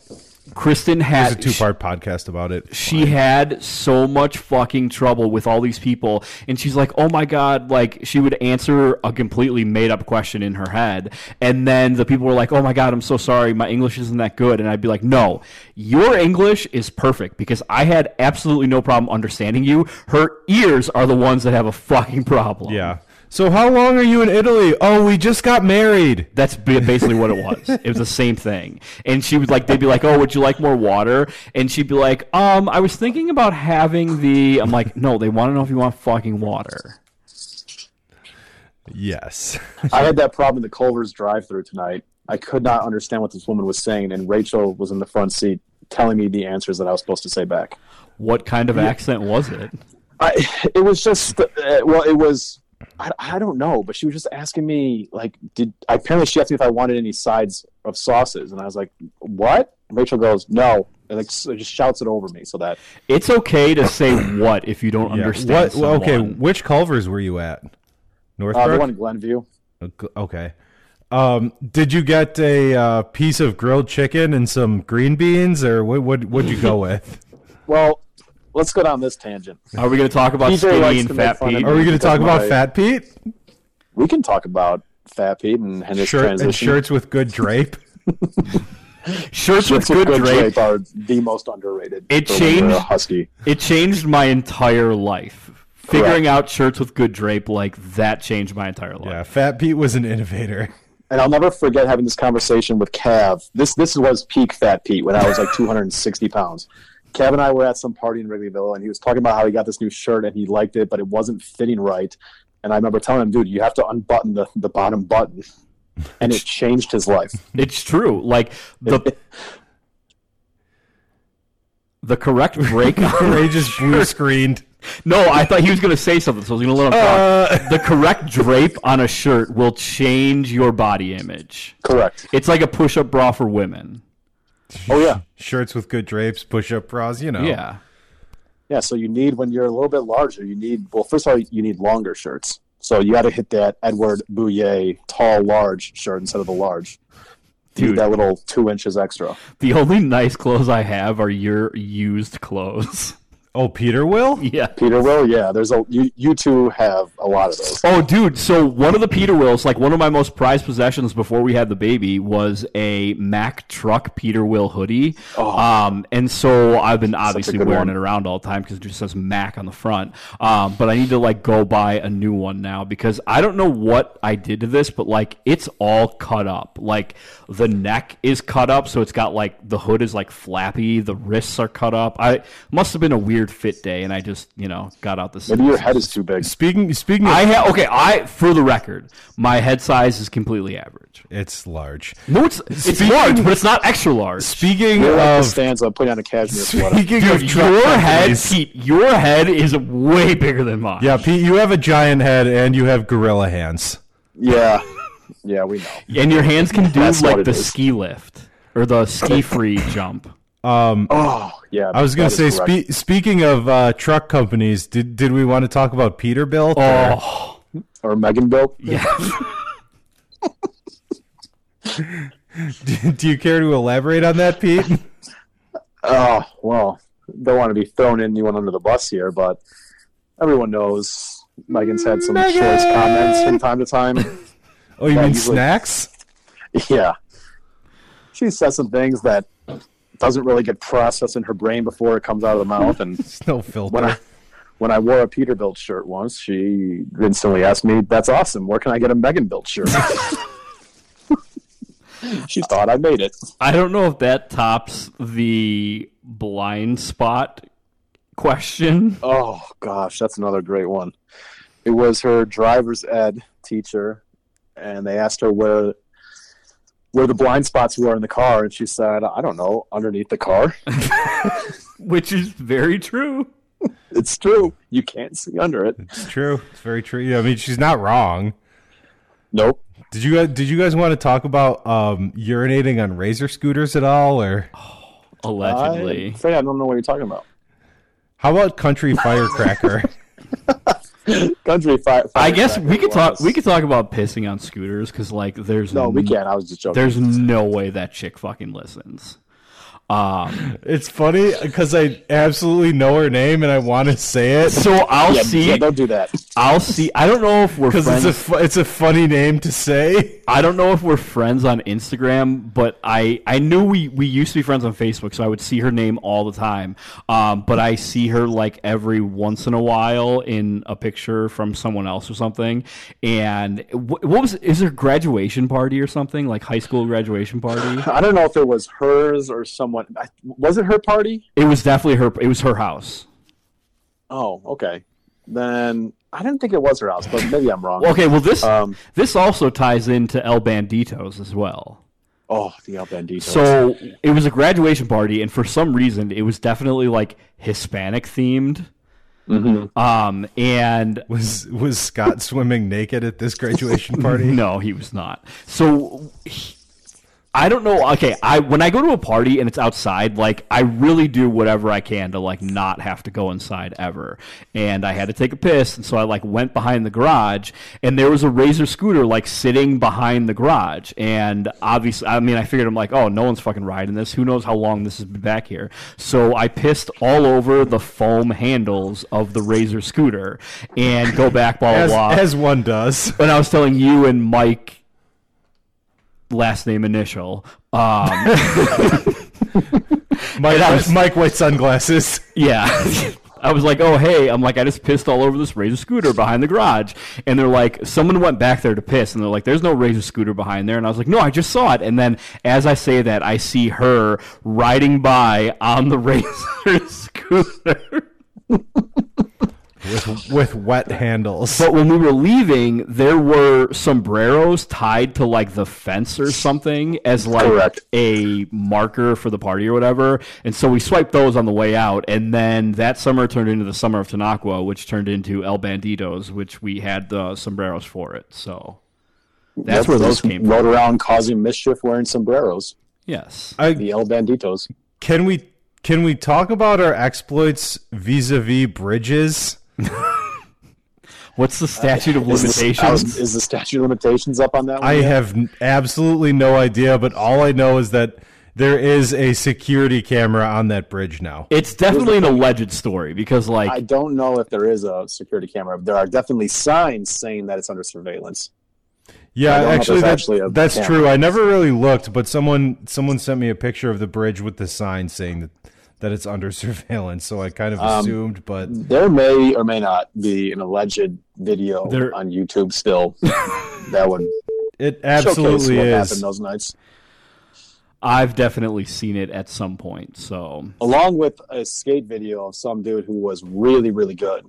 S2: Kristen
S1: There's a
S2: had
S1: two part podcast about it.
S2: she had so much fucking trouble with all these people and she's like oh my god like she would answer a completely made up question in her head and then the people were like oh my god i'm so sorry my english isn't that good and i'd be like no your english is perfect because i had absolutely no problem understanding you her ears are the ones that have a fucking problem
S1: Yeah. So how long are you in Italy? Oh, we just got married.
S2: That's ba- basically what it was. It was the same thing. And she would like, they'd be like, "Oh, would you like more water?" And she'd be like, "Um, I was thinking about having the." I'm like, "No, they want to know if you want fucking water."
S1: Yes.
S3: I had that problem in the Culver's drive-through tonight. I could not understand what this woman was saying, and Rachel was in the front seat telling me the answers that I was supposed to say back.
S2: What kind of accent was it?
S3: I, it was just, uh, well, it was, I, I don't know, but she was just asking me, like, did, apparently she asked me if I wanted any sides of sauces, and I was like, what? And Rachel goes, no, and like so just shouts it over me, so that
S2: It's okay to say what if you don't
S1: Yeah.
S2: understand.
S1: What? Well, okay.
S2: someone.
S1: Which Culvers were you at?
S3: uh, the
S1: Northbrook.
S3: one in Glenview.
S1: okay. Um, did you get a uh, piece of grilled chicken and some green beans, or what? What? What'd you go with?
S3: Well, let's go down this tangent.
S2: Are we going to talk about
S3: PJ likes
S2: skinny and
S3: to make
S2: fat
S3: fun of
S2: Pete?
S1: Are we going to talk about
S3: My-
S1: Fat Pete?
S3: We can talk about Fat Pete and his
S1: Shirt and
S3: transition.
S1: shirts with good drape.
S2: Shirts with
S3: Shirts with
S2: good drape.
S3: are the most underrated.
S2: It
S3: for when you're
S2: changed-
S3: a husky.
S2: It changed my entire life. Figuring out shirts with good drape like that changed my entire life.
S1: Yeah, Fat Pete was an innovator.
S3: and I'll never forget having this conversation with Cav. This this was peak Fat Pete when I was like 260 pounds. Cav and I were at some party in Wrigleyville, and he was talking about how he got this new shirt and he liked it, but it wasn't fitting right. And I remember telling him, "Dude, you have to unbutton the, the bottom button," and it changed his life.
S2: It's true. Like the the correct breakout.
S1: Ray just blue screened.
S2: no, I thought he was going to say something, so I was going to let him
S1: Uh.
S2: talk. The correct drape on a shirt will change your body image.
S3: Correct.
S2: It's like a push-up bra for women.
S3: Oh yeah,
S1: Shirts with good drapes, push-up bras. You know.
S2: Yeah.
S3: yeah. So you need when you're a little bit larger, you need well, first of all, you need longer shirts. So you got to hit that Edward Bouillet tall large shirt instead of the large. You
S2: Dude.
S3: need that little two inches extra.
S2: The only nice clothes I have are your used clothes.
S1: Oh, Peter will.
S2: yeah.
S3: Peter will, yeah. There's a you. You two have a lot of those.
S2: Oh, dude. So one of the Peterwills, like one of my most prized possessions before we had the baby, was a Mack truck Peterwill hoodie. Um, and so I've been obviously
S3: Oh. good
S2: wearing it
S3: one.
S2: around all the time because it just says Mac on the front. Um, but I need to like go buy a new one now because I don't know what I did to this, but like it's all cut up. Like the neck is cut up, so it's got like the hood is like flappy, the wrists are cut up. I must have been a weird fit day, and I just you know got out the.
S3: Maybe your head is too big.
S1: Speaking. Speaking. Of,
S2: I ha- okay. I for the record, my head size is completely average.
S1: it's large.
S2: No, it's it's large, but it's not extra large.
S1: Speaking
S3: You're like the
S1: of.
S3: stands up putting on a cashmere sweater.
S1: Speaking of
S2: Dude,
S1: truck
S2: your head,
S1: companies-
S2: Pete, your head is way bigger than mine.
S1: Yeah, Pete, you have a giant head and you have gorilla hands.
S3: Yeah, yeah, we know.
S2: and your hands can do
S3: That's what
S2: like
S3: it
S2: the
S3: is.
S2: ski lift or the ski free jump.
S3: Oh, yeah.
S1: I was going to say,
S3: speed.
S1: spe- speaking of uh, truck companies, did did we want to talk about Peterbilt? or-
S2: Oh,
S3: or Megan built.
S2: yeah.
S1: do you care to elaborate on that, Pete?
S3: Oh well, don't want to be throwing anyone under the bus here, but everyone knows Megan's had some choice comments from time to time.
S1: Oh, you
S3: Yeah,
S1: mean
S3: he's like-
S1: snacks?
S3: yeah, she says some things that doesn't really get processed in her brain before it comes out of the mouth, and
S1: There's no filter.
S3: when I when I wore a Peterbilt shirt once, she instantly asked me, "That's awesome. Where can I get a Megan built shirt?" she thought I made it.
S2: I don't know if that tops the blind spot question.
S3: Oh gosh, that's another great one. It was her driver's ed teacher, and they asked her where where the blind spots were in the car, and she said, "I don't know, underneath the car."
S2: Which is very true.
S3: it's true. You can't see under it.
S1: It's true. It's very true. Yeah, I mean, she's not wrong.
S3: Nope.
S1: Did you guys, did you guys want to talk about um, urinating on razor scooters at all, or
S2: Allegedly.
S3: I'm afraid I don't know what you're talking about.
S1: how about country firecracker?
S3: Country fire.
S2: I guess we could talk.
S3: was-
S2: We could talk about pissing on scooters because, like, there's
S3: No, we
S2: n-
S3: can't. I was just joking.
S2: There's no way that chick fucking listens. Um,
S1: It's funny because I absolutely know her name and I want to say it
S2: so I'll
S3: Yeah,
S2: see.
S3: yeah, don't do that.
S2: I'll see. I don't know if we're
S1: because it's
S2: friends.
S1: a fu- it's a funny name to say.
S2: I don't know if we're friends on Instagram, but I, I knew we, we used to be friends on Facebook, so I would see her name all the time. Um, but I see her like every once in a while in a picture from someone else or something. And wh- what was is there graduation party or something like high school graduation party?
S3: I don't know if it was hers or someone. I, was it her party?
S2: it was definitely her. It was her house.
S3: Oh, okay. Then I didn't think it was her house, but maybe I'm wrong.
S2: Okay, well this
S3: Um,
S2: this also ties into El Banditos as well.
S3: oh, the El Bandito.
S2: So it was a graduation party, and for some reason, it was definitely like Hispanic themed. Um, and
S1: Was was Scott swimming naked at this graduation party?
S2: no, he was not. So he- I don't know. Okay, I when I go to a party and it's outside, like I really do whatever I can to like not have to go inside ever. And I had to take a piss, and so I like went behind the garage, and there was a razor scooter like sitting behind the garage. And obviously, I mean, I figured I'm like, oh, no one's fucking riding this. Who knows how long this has been back here? So I pissed all over the foam handles of the razor scooter, and go back blah blah.
S1: As,
S2: blah
S1: as one does.
S2: when I was telling you and Mike last name initial. Um,
S1: Mike,
S2: I was-
S1: Mike White sunglasses.
S2: yeah. I was like, oh, hey. I'm like, I just pissed all over this Razor scooter behind the garage. And they're like, someone went back there to piss. And they're like, there's no Razor scooter behind there. And I was like, no, I just saw it. And then as I say that, I see her riding by on the Razor scooter.
S1: with, with wet handles.
S2: But when we were leaving, there were sombreros tied to like the fence or something as like
S3: Correct.
S2: a marker for the party or whatever. And so we swiped those on the way out. And then that summer turned into the summer of Tanakwa, which turned into El Bandidos, which we had the sombreros for it. So that's where those
S3: Just
S2: came
S3: Rode
S2: from.
S3: around causing mischief wearing sombreros.
S2: Yes.
S1: I,
S3: The El Banditos.
S1: can we can we talk about our exploits vis-a-vis bridges?
S2: What's the statute of
S3: Is the- I was-
S2: limitations?
S3: is the statute of limitations up on that one?
S1: I
S3: yet?
S1: have n- absolutely no idea, but all I know is that there is a security camera on that bridge now.
S2: It's definitely an alleged story because, like,
S3: I don't know if there is a security camera. There are definitely signs saying that it's under surveillance. I
S1: Yeah,
S3: don't know if
S1: actually,
S3: there's
S1: that,
S3: actually a
S1: that's
S3: camera.
S1: true. I never really looked, but someone someone sent me a picture of the bridge with the sign saying that that it's under surveillance. So I kind of
S3: Um,
S1: assumed, but
S3: There may or may not be an alleged video
S2: There-
S3: on YouTube still that would
S1: it
S3: showcase
S1: absolutely
S3: what
S1: is.
S3: happened those nights,
S2: I've definitely seen it at some point. So
S3: along with a skate video of some dude who was really, really good.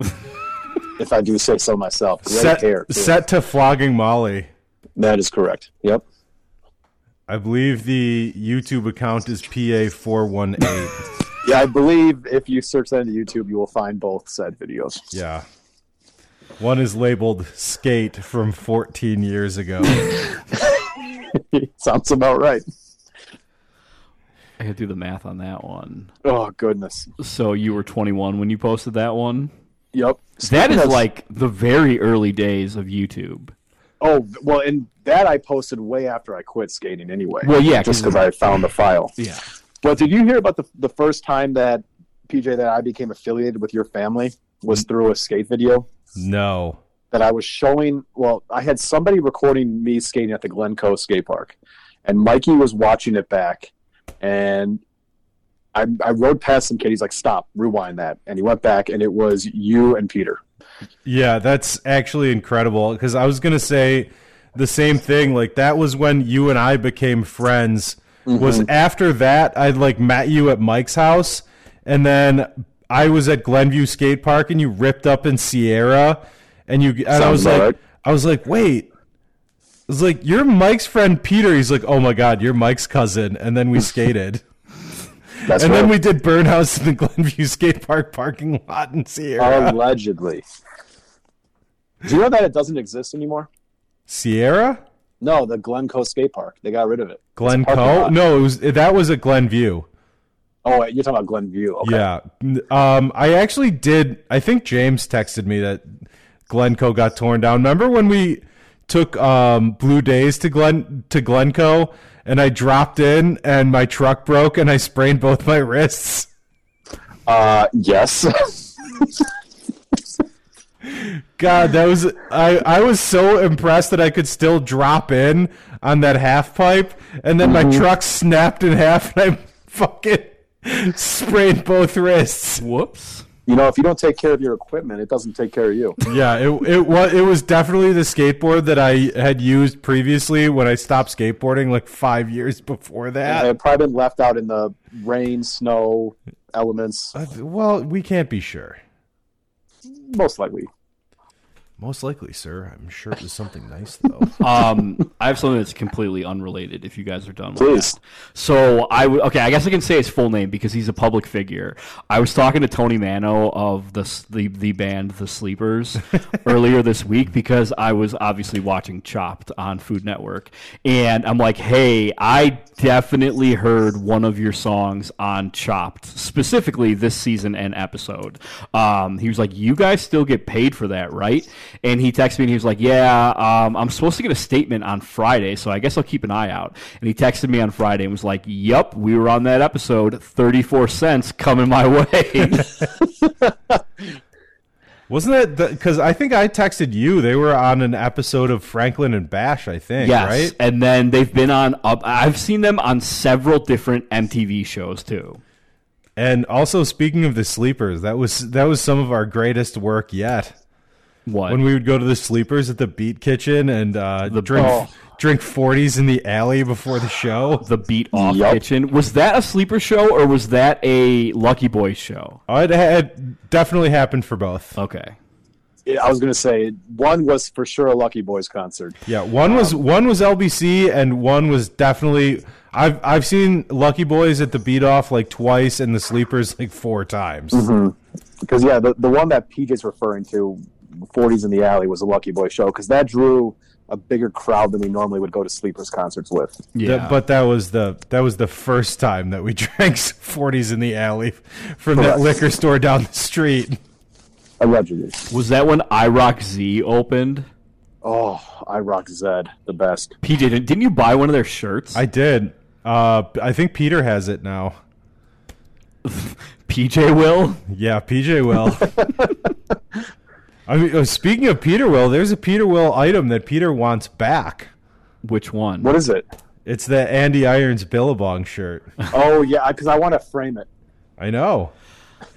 S3: if I do say so myself, great
S1: Set,
S3: hair. too.
S1: set to flogging Molly.
S3: That is correct. Yep.
S1: I believe the YouTube account is PA418.
S3: Yeah, I believe if you search that into YouTube, you will find both said videos.
S1: yeah. One is labeled Skate from 14 years ago.
S3: Sounds about right.
S2: I could do the math on that one.
S3: Oh goodness.
S2: So you were 21 when you posted that one.
S3: Yep.
S2: That is
S3: That's-
S2: like the very early days of YouTube.
S3: Oh well, and that I posted way after I quit skating anyway.
S2: Well, yeah,
S3: just
S2: 'cause-
S3: because I found the file.
S2: Yeah.
S3: But did you hear about the the first time that PJ that I became affiliated with your family
S2: Mm-hmm.
S3: was through a skate video
S1: No.
S3: that I was showing? Well, I had somebody recording me skating at the Glencoe skate park, and Mikey was watching it back, and. I, I rode past some kid. He's like, "Stop, rewind that," and he went back, and it was you and Peter.
S1: Yeah, that's actually incredible because I was going to say the same thing. Like, that was when you and I became friends.
S3: Mm-hmm.
S1: Was after that, I like met you at Mike's house, and then I was at Glenview Skate Park, and you ripped up in Sierra, and you and I
S3: Sounds
S1: was
S3: about
S1: like,
S3: right.
S1: I was like, wait, I was like, you're Mike's friend Peter. He's like, oh my god, you're Mike's cousin, and then we skated.
S3: That's
S1: And
S3: right.
S1: then we did Burnhouse in the Glenview Skate Park parking lot in
S3: Uh,
S1: Sierra.
S3: Allegedly. Do you know that it doesn't exist anymore?
S1: Sierra?
S3: No, the Glencoe skate park. They got rid of it. parking
S1: Glencoe?
S3: lot.
S1: No, it was that was at Glenview.
S3: Oh, wait, you're talking about Glenview. Okay.
S1: Yeah. Um I actually did I think James texted me that Glencoe got torn down. Remember when we took um Blue Days to Glen to Glencoe and I dropped in, and my truck broke, and I sprained both my wrists.
S3: Uh, yes.
S1: God, that was I. I was so impressed that I could still drop in on that half pipe, and then
S3: Mm-hmm.
S1: my truck snapped in half, and I fucking sprained both wrists.
S2: Whoops.
S3: you know, if you don't take care of your equipment, it doesn't take care of you.
S1: Yeah, it it was it was definitely the skateboard that I had used previously when I stopped skateboarding like five years before
S3: I
S1: that.
S3: had probably been left out in the rain, snow, elements,
S1: Uh, Well, we can't be sure.
S3: most likely.
S1: Most likely, sir. I'm sure it was something nice though.
S2: Um, I have something that's completely unrelated. If you guys are done, with
S3: Please.
S2: that. So I would okay. I guess I can say his full name because he's a public figure. I was talking to Tony Mano of the s- the, the band The Sleepers earlier this week because I was obviously watching Chopped on Food Network, and I'm like, hey, I definitely heard one of your songs on Chopped specifically this season and episode. Um, he was like, you guys still get paid for that, right? And he texted me and he was like, yeah, um, I'm supposed to get a statement on Friday, so I guess I'll keep an eye out. And he texted me on Friday and was like, Yep, we were on that episode. 34 cents coming my way.
S1: Wasn't that because I think I texted you? They were on an episode of Franklin and Bash, I think.
S2: yes.
S1: Right?
S2: And then they've been on, up, I've seen them on several different MTV shows too.
S1: And also, speaking of the sleepers, that was that was some of our greatest work yet.
S2: What?
S1: When we would go to the sleepers at the Beat Kitchen and uh, drink
S2: oh.
S1: drink forties in the alley before the show.
S2: the Beat Off
S3: Yup.
S2: Kitchen. Was that a sleeper show or was that a Lucky Boy show?
S1: Oh, it, it definitely happened for both.
S2: Okay.
S3: Yeah, I was going to say one was for sure a Lucky Boys concert.
S1: Yeah, one was one was LBC, and one was definitely. I've I've seen Lucky Boys at the Beat Off like twice, and the sleepers like four times.
S3: Because, yeah, the, the one that PJ's referring to, 40s in the Alley, was a Lucky Boy show because that drew a bigger crowd than we normally would go to sleepers concerts with.
S2: Yeah.
S1: That- but that was the that was the first time that we drank 40s in the alley from that
S3: Correct.
S1: liquor store down the street.
S3: Allegedly.
S2: was that when iRock Z opened?
S3: Oh, I rock Zed, the best.
S2: PJ, didn't didn't you buy one of their shirts?
S1: I did. Uh, I think Peter has it now.
S2: PJ will?
S1: Yeah, PJ will. I mean, uh, speaking of Peter will, there's a Peter will item that Peter wants back.
S2: Which one?
S3: What is it?
S1: It's the Andy Irons Billabong shirt.
S3: Oh, yeah, because I want to frame it.
S1: I know.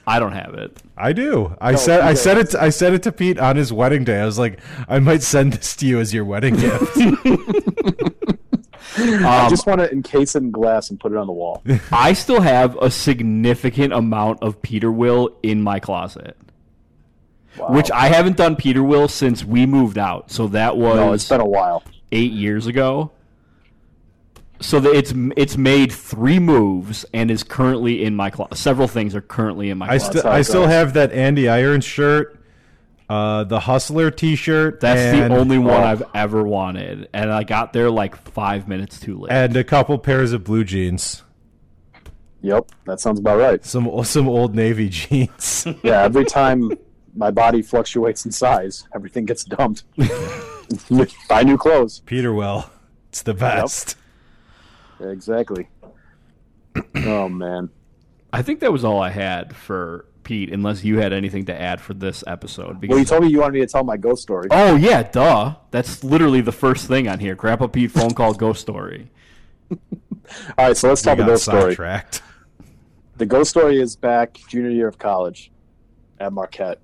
S2: I don't have it.
S1: I do. I said I
S3: PJ.
S1: said it I said it to Pete on his wedding day. I was like, I might send this to you as your wedding gift.
S3: I just want to encase it in glass and put it on the wall.
S2: I still have a significant amount of Peter Will in my closet, which I haven't done Peter Will since we moved out. So that
S3: No, Oh, it's
S2: was
S3: been a while.
S2: eight years ago. So that it's it's made three moves and is currently in my closet. Several things are currently in my
S1: I
S2: closet.
S1: still
S3: how
S1: I
S3: it
S1: still
S3: goes.
S1: have that Andy Irons shirt, uh, the Hustler T-shirt.
S2: That's
S1: and,
S2: the only one
S3: Oh.
S2: I've ever wanted, and I got there like five minutes too late.
S1: and a couple pairs of blue jeans,
S3: Yep, that sounds about right.
S1: some some old navy jeans.
S3: Yeah, every time my body fluctuates in size, everything gets dumped. Buy new clothes.
S1: Peter Will, it's the best.
S3: Exactly. Oh man.
S2: I think that was all I had for Pete, unless you had anything to add for this episode. Because
S3: Well, you told me you wanted me to tell my ghost story.
S2: Oh yeah, duh. That's literally the first thing on here. Grandpa Pete phone call ghost story.
S3: All right, so let's
S1: We
S3: tell the
S1: got
S3: ghost story.
S1: sidetracked.
S3: The ghost story is back junior year of college at Marquette,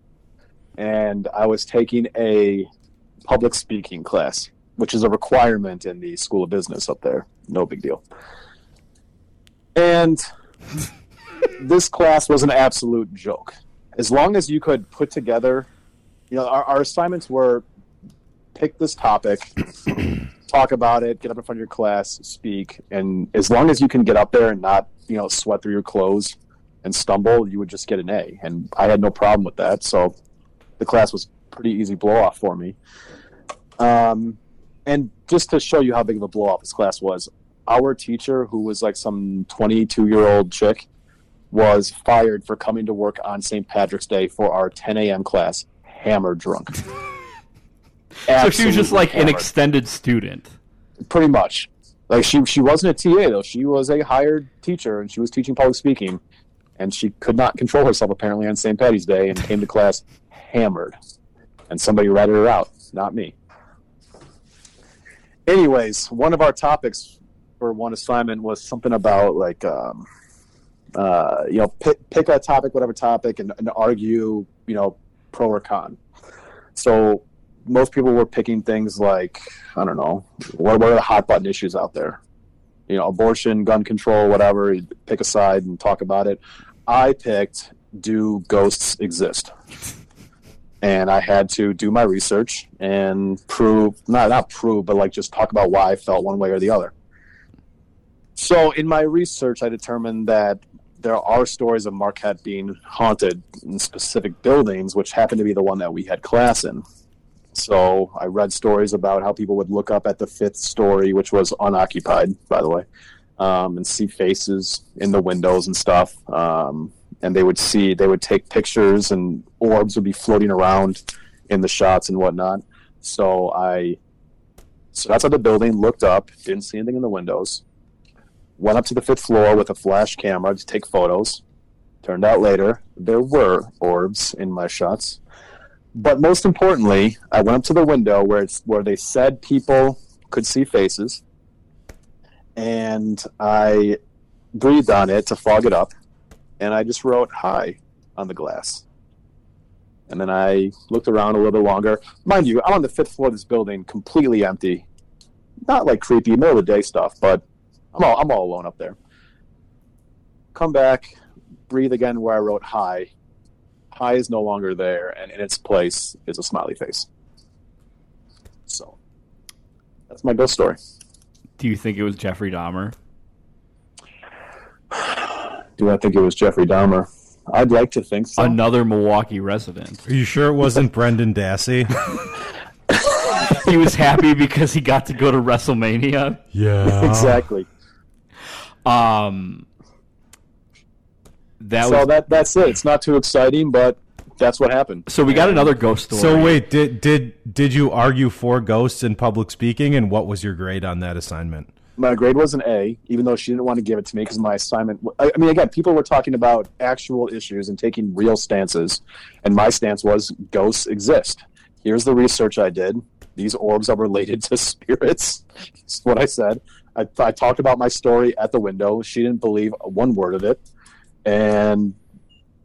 S3: and I was taking a public speaking class, which is a requirement in the School of Business up there. No big deal. And this class was an absolute joke. As long as you could put together, you know, our, our assignments were pick this topic, talk about it, get up in front of your class, speak, and as long as you can get up there and not, you know, sweat through your clothes and stumble, you would just get an A. And I had no problem with that, so the class was pretty easy blow off for me. Um, and just to show you how big of a blow off this class was, our teacher, who was like some 22 year old chick, was fired for coming to work on St. Patrick's Day for our 10 a.m. class, hammer drunk.
S2: so she was just like an
S3: Absolutely hammered
S2: extended student.
S3: pretty much. like she she wasn't a TA though. She was a hired teacher and she was teaching public speaking, and she could not control herself apparently on St. Patty's Day and came to class hammered, and somebody ratted her out, not me. Anyways, one of our topics for one assignment was something about like um, uh, you know pick, pick a topic, whatever topic, and, and argue you know pro or con. So most people were picking things like I don't know what, what are the hot button issues out there, you know, abortion, gun control, whatever. You pick a side and talk about it. I picked do ghosts exist, and I had to do my research and prove not not prove but like just talk about why I felt one way or the other. So in my research, I determined that there are stories of Marquette being haunted in specific buildings, which happened to be the one that we had class in. So I read stories about how people would look up at the fifth story, which was unoccupied, by the way, um, and see faces in the windows and stuff. Um, and they would see, they would take pictures, and orbs would be floating around in the shots and whatnot. So I, so that's how the building looked up. Didn't see anything in the windows. Went up to the fifth floor with a flash camera to take photos. Turned out later there were orbs in my shots but most importantly, I went up to the window where it's where they said people could see faces, and I breathed on it to fog it up, and I just wrote "hi" on the glass. And then I looked around a little bit longer. Mind you, I'm on the fifth floor of this building, completely empty. Not like creepy middle of the day stuff, but I'm all I'm all alone up there. Come back, breathe again where I wrote "hi," Pi is no longer there, and in its place is a smiley face. So that's my ghost story.
S2: Do you think it was Jeffrey Dahmer?
S3: Do I think it was Jeffrey Dahmer? I'd like to think so.
S2: Another Milwaukee resident.
S1: Are you sure it wasn't Brendan Dassey?
S2: he was happy because he got to go to WrestleMania.
S1: yeah.
S3: exactly.
S2: Um, that
S3: so
S2: was
S3: that that's it. It's not too exciting, but that's what happened.
S2: so we got another ghost story.
S1: So wait, did did did you argue for ghosts in public speaking, and what was your grade on that assignment?
S3: My grade was an A, even though she didn't want to give it to me because my assignment. I I mean, again, people were talking about actual issues and taking real stances, and my stance was ghosts exist. Here's the research I did. These orbs are related to spirits. That's what I said. I, I talked about my story at the window. She didn't believe one word of it, and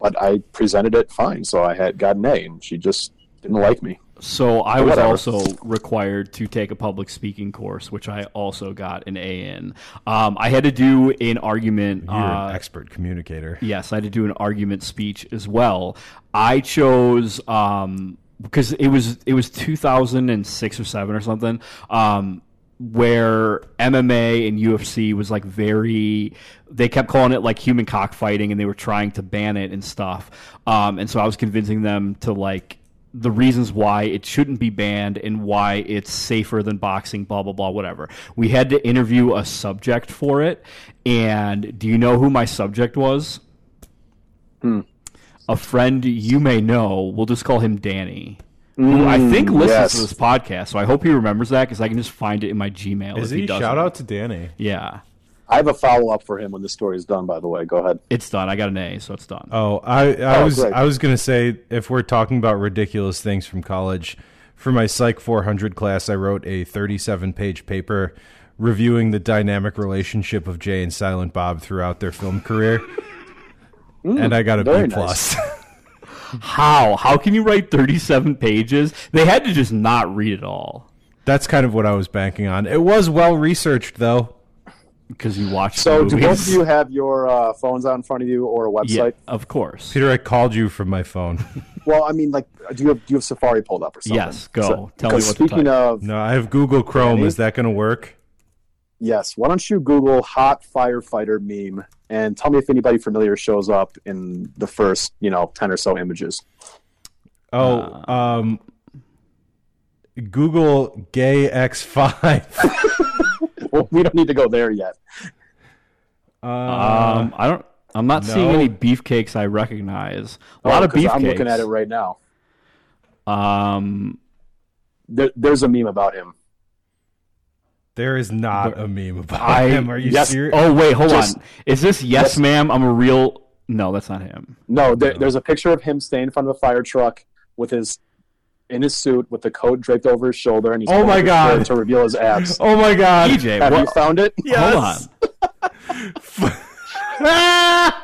S3: but I presented it fine, so I had got an A, and she just didn't like me.
S2: So I was
S3: Whatever.
S2: also required to take a public speaking course, which I also got an A in. Um, I had to do an argument.
S1: You're
S2: uh,
S1: an expert communicator.
S2: Yes, I had to do an argument speech as well. I chose um, because it was it was 2006 or seven or something, um, where MMA and UFC was like very. They kept calling it like human cockfighting, and they were trying to ban it and stuff. Um, and so I was convincing them to like the reasons why it shouldn't be banned and why it's safer than boxing, blah, blah, blah, whatever. We had to interview a subject for it. And do you know who my subject was? A friend you may know, we'll just call him Danny. who I think listens to
S3: Mm, yes.
S2: this podcast, so I hope he remembers that because I can just find it in my Gmail.
S1: Is
S2: if he,
S1: he?
S2: doesn't.
S1: Shout out to Danny.
S2: Yeah,
S3: I have a follow up for him when this story is done. By the way, go ahead.
S2: it's done. I got an A, so it's done.
S1: Oh, I, I
S3: Oh,
S1: was
S3: great.
S1: I was gonna say if we're talking about ridiculous things from college, for my Psych 400 class, I wrote a 37 page paper reviewing the dynamic relationship of Jay and Silent Bob throughout their film career, and I got a B
S3: very
S1: plus.
S3: nice.
S2: How? How can you write thirty-seven pages? They had to just not read it all
S1: That's kind of what I was banking on. It was well researched though.
S2: because you watched.
S3: So,
S2: the
S3: do
S2: movies.
S3: both of you have your uh, phones out in front of you or a
S2: Yeah,
S3: website?
S2: of course.
S1: Peter, I called you from my phone.
S3: Well, I mean, like, do you have do you have Safari pulled up or something?
S2: Yes, go. Tell me
S3: because
S2: what to
S3: speaking
S2: type.
S3: of
S1: No, I have Google Chrome. Is that gonna work?
S3: yes, why don't you Google hot firefighter meme and tell me if anybody familiar shows up in the first you know ten or so images?
S1: Oh,
S3: Uh.
S1: um, Google Gay X5.
S3: Well, we don't need to go there yet. Uh.
S2: Um, I don't. I'm not seeing
S1: uh, no.
S2: any beefcakes I recognize. A lot
S3: Oh,
S2: of
S3: 'cause
S2: beefcakes.
S3: I'm looking at it right now.
S2: Um,
S3: There, there's a meme about him.
S1: There is not a meme about him. Are you
S3: yes.
S1: serious?
S2: Oh wait, hold
S3: Just-
S2: on. Is this yes,
S3: Yes.
S2: ma'am? I'm a real. No, that's not him.
S3: No, there, there's a picture of him standing in front of a fire truck with his in his suit with the coat draped over his shoulder, and he's
S1: Oh
S3: pulling
S1: my
S3: his
S1: God.
S3: shirt to reveal his abs.
S1: Oh my god.
S2: DJ,
S3: Have you
S2: E what?
S3: found it?
S1: Yes.
S2: Hold
S3: Oh.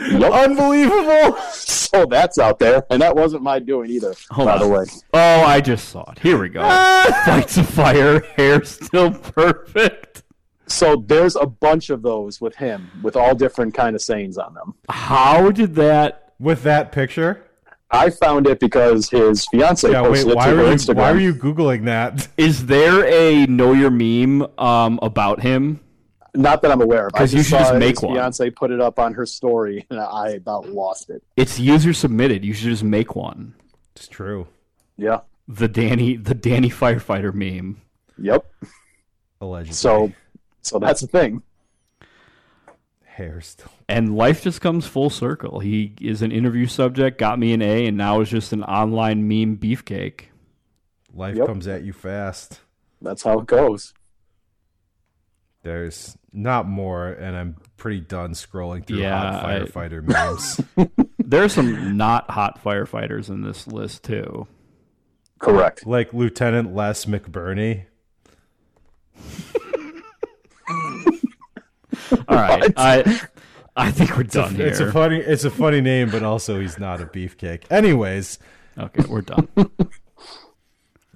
S3: Unbelievable. so Oh, that's out there, and that wasn't my doing either.
S2: Hold
S3: by
S2: on.
S3: the way,
S2: on. Oh, I just saw it. Here we go. Fights of fire, hair still perfect.
S3: so there's a bunch of those with him, with all different kind of sayings on them.
S2: How did that?
S1: With that picture?
S3: I found it because his fiance
S1: Yeah, wait,
S3: posted
S1: why
S3: it to
S1: were
S3: her
S1: you
S3: Instagram.
S1: why were you Googling that?
S2: Is there a know your meme um, about him?
S3: Not that I'm aware of. I
S2: 'Cause you should
S3: saw
S2: just make
S3: his
S2: one.
S3: Fiance put it up on her story, and I about lost it.
S2: It's user submitted. You should just make one.
S1: It's true.
S3: Yeah.
S2: The Danny, the Danny firefighter meme.
S3: Yep.
S1: Allegedly.
S3: So, so that's the thing.
S1: hair still.
S2: And life just comes full circle. He is an interview subject, got me an A, and now is just an online meme beefcake.
S1: Life
S3: Yep.
S1: comes at you fast.
S3: That's how it goes.
S1: There's not more, and I'm pretty done scrolling through
S2: Yeah,
S1: hot
S2: I-
S1: firefighter memes.
S2: There are some not hot firefighters in this list too.
S3: Correct.
S1: like Lieutenant Les McBurney.
S2: All right, I I think we're done here.
S1: It's a funny it's a funny name, but also he's not a beefcake. Anyways,
S2: okay, we're done.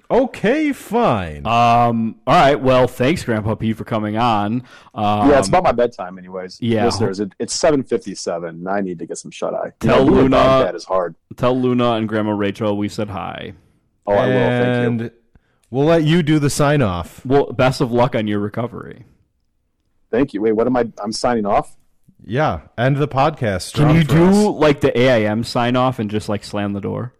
S1: okay, fine.
S3: Ah,
S2: Um, all right. Well, thanks, Grandpa P, for coming on. Um,
S3: Yeah, it's about my bedtime, anyways.
S2: yeah.
S3: listeners, it, it's seven fifty-seven. and I need to get some shut eye.
S2: Tell Luna-
S3: that is hard.
S2: Tell Luna and Grandma Rachel we said hi.
S3: Oh, I will. Thank you.
S1: and we'll let you do the sign off.
S2: Well, best of luck on your recovery.
S3: Thank you. Wait, what am I? I'm signing off.
S1: Yeah, end the podcast.
S2: Can
S1: strong
S2: you
S1: for us.
S2: do like the AIM sign off and just like slam the door?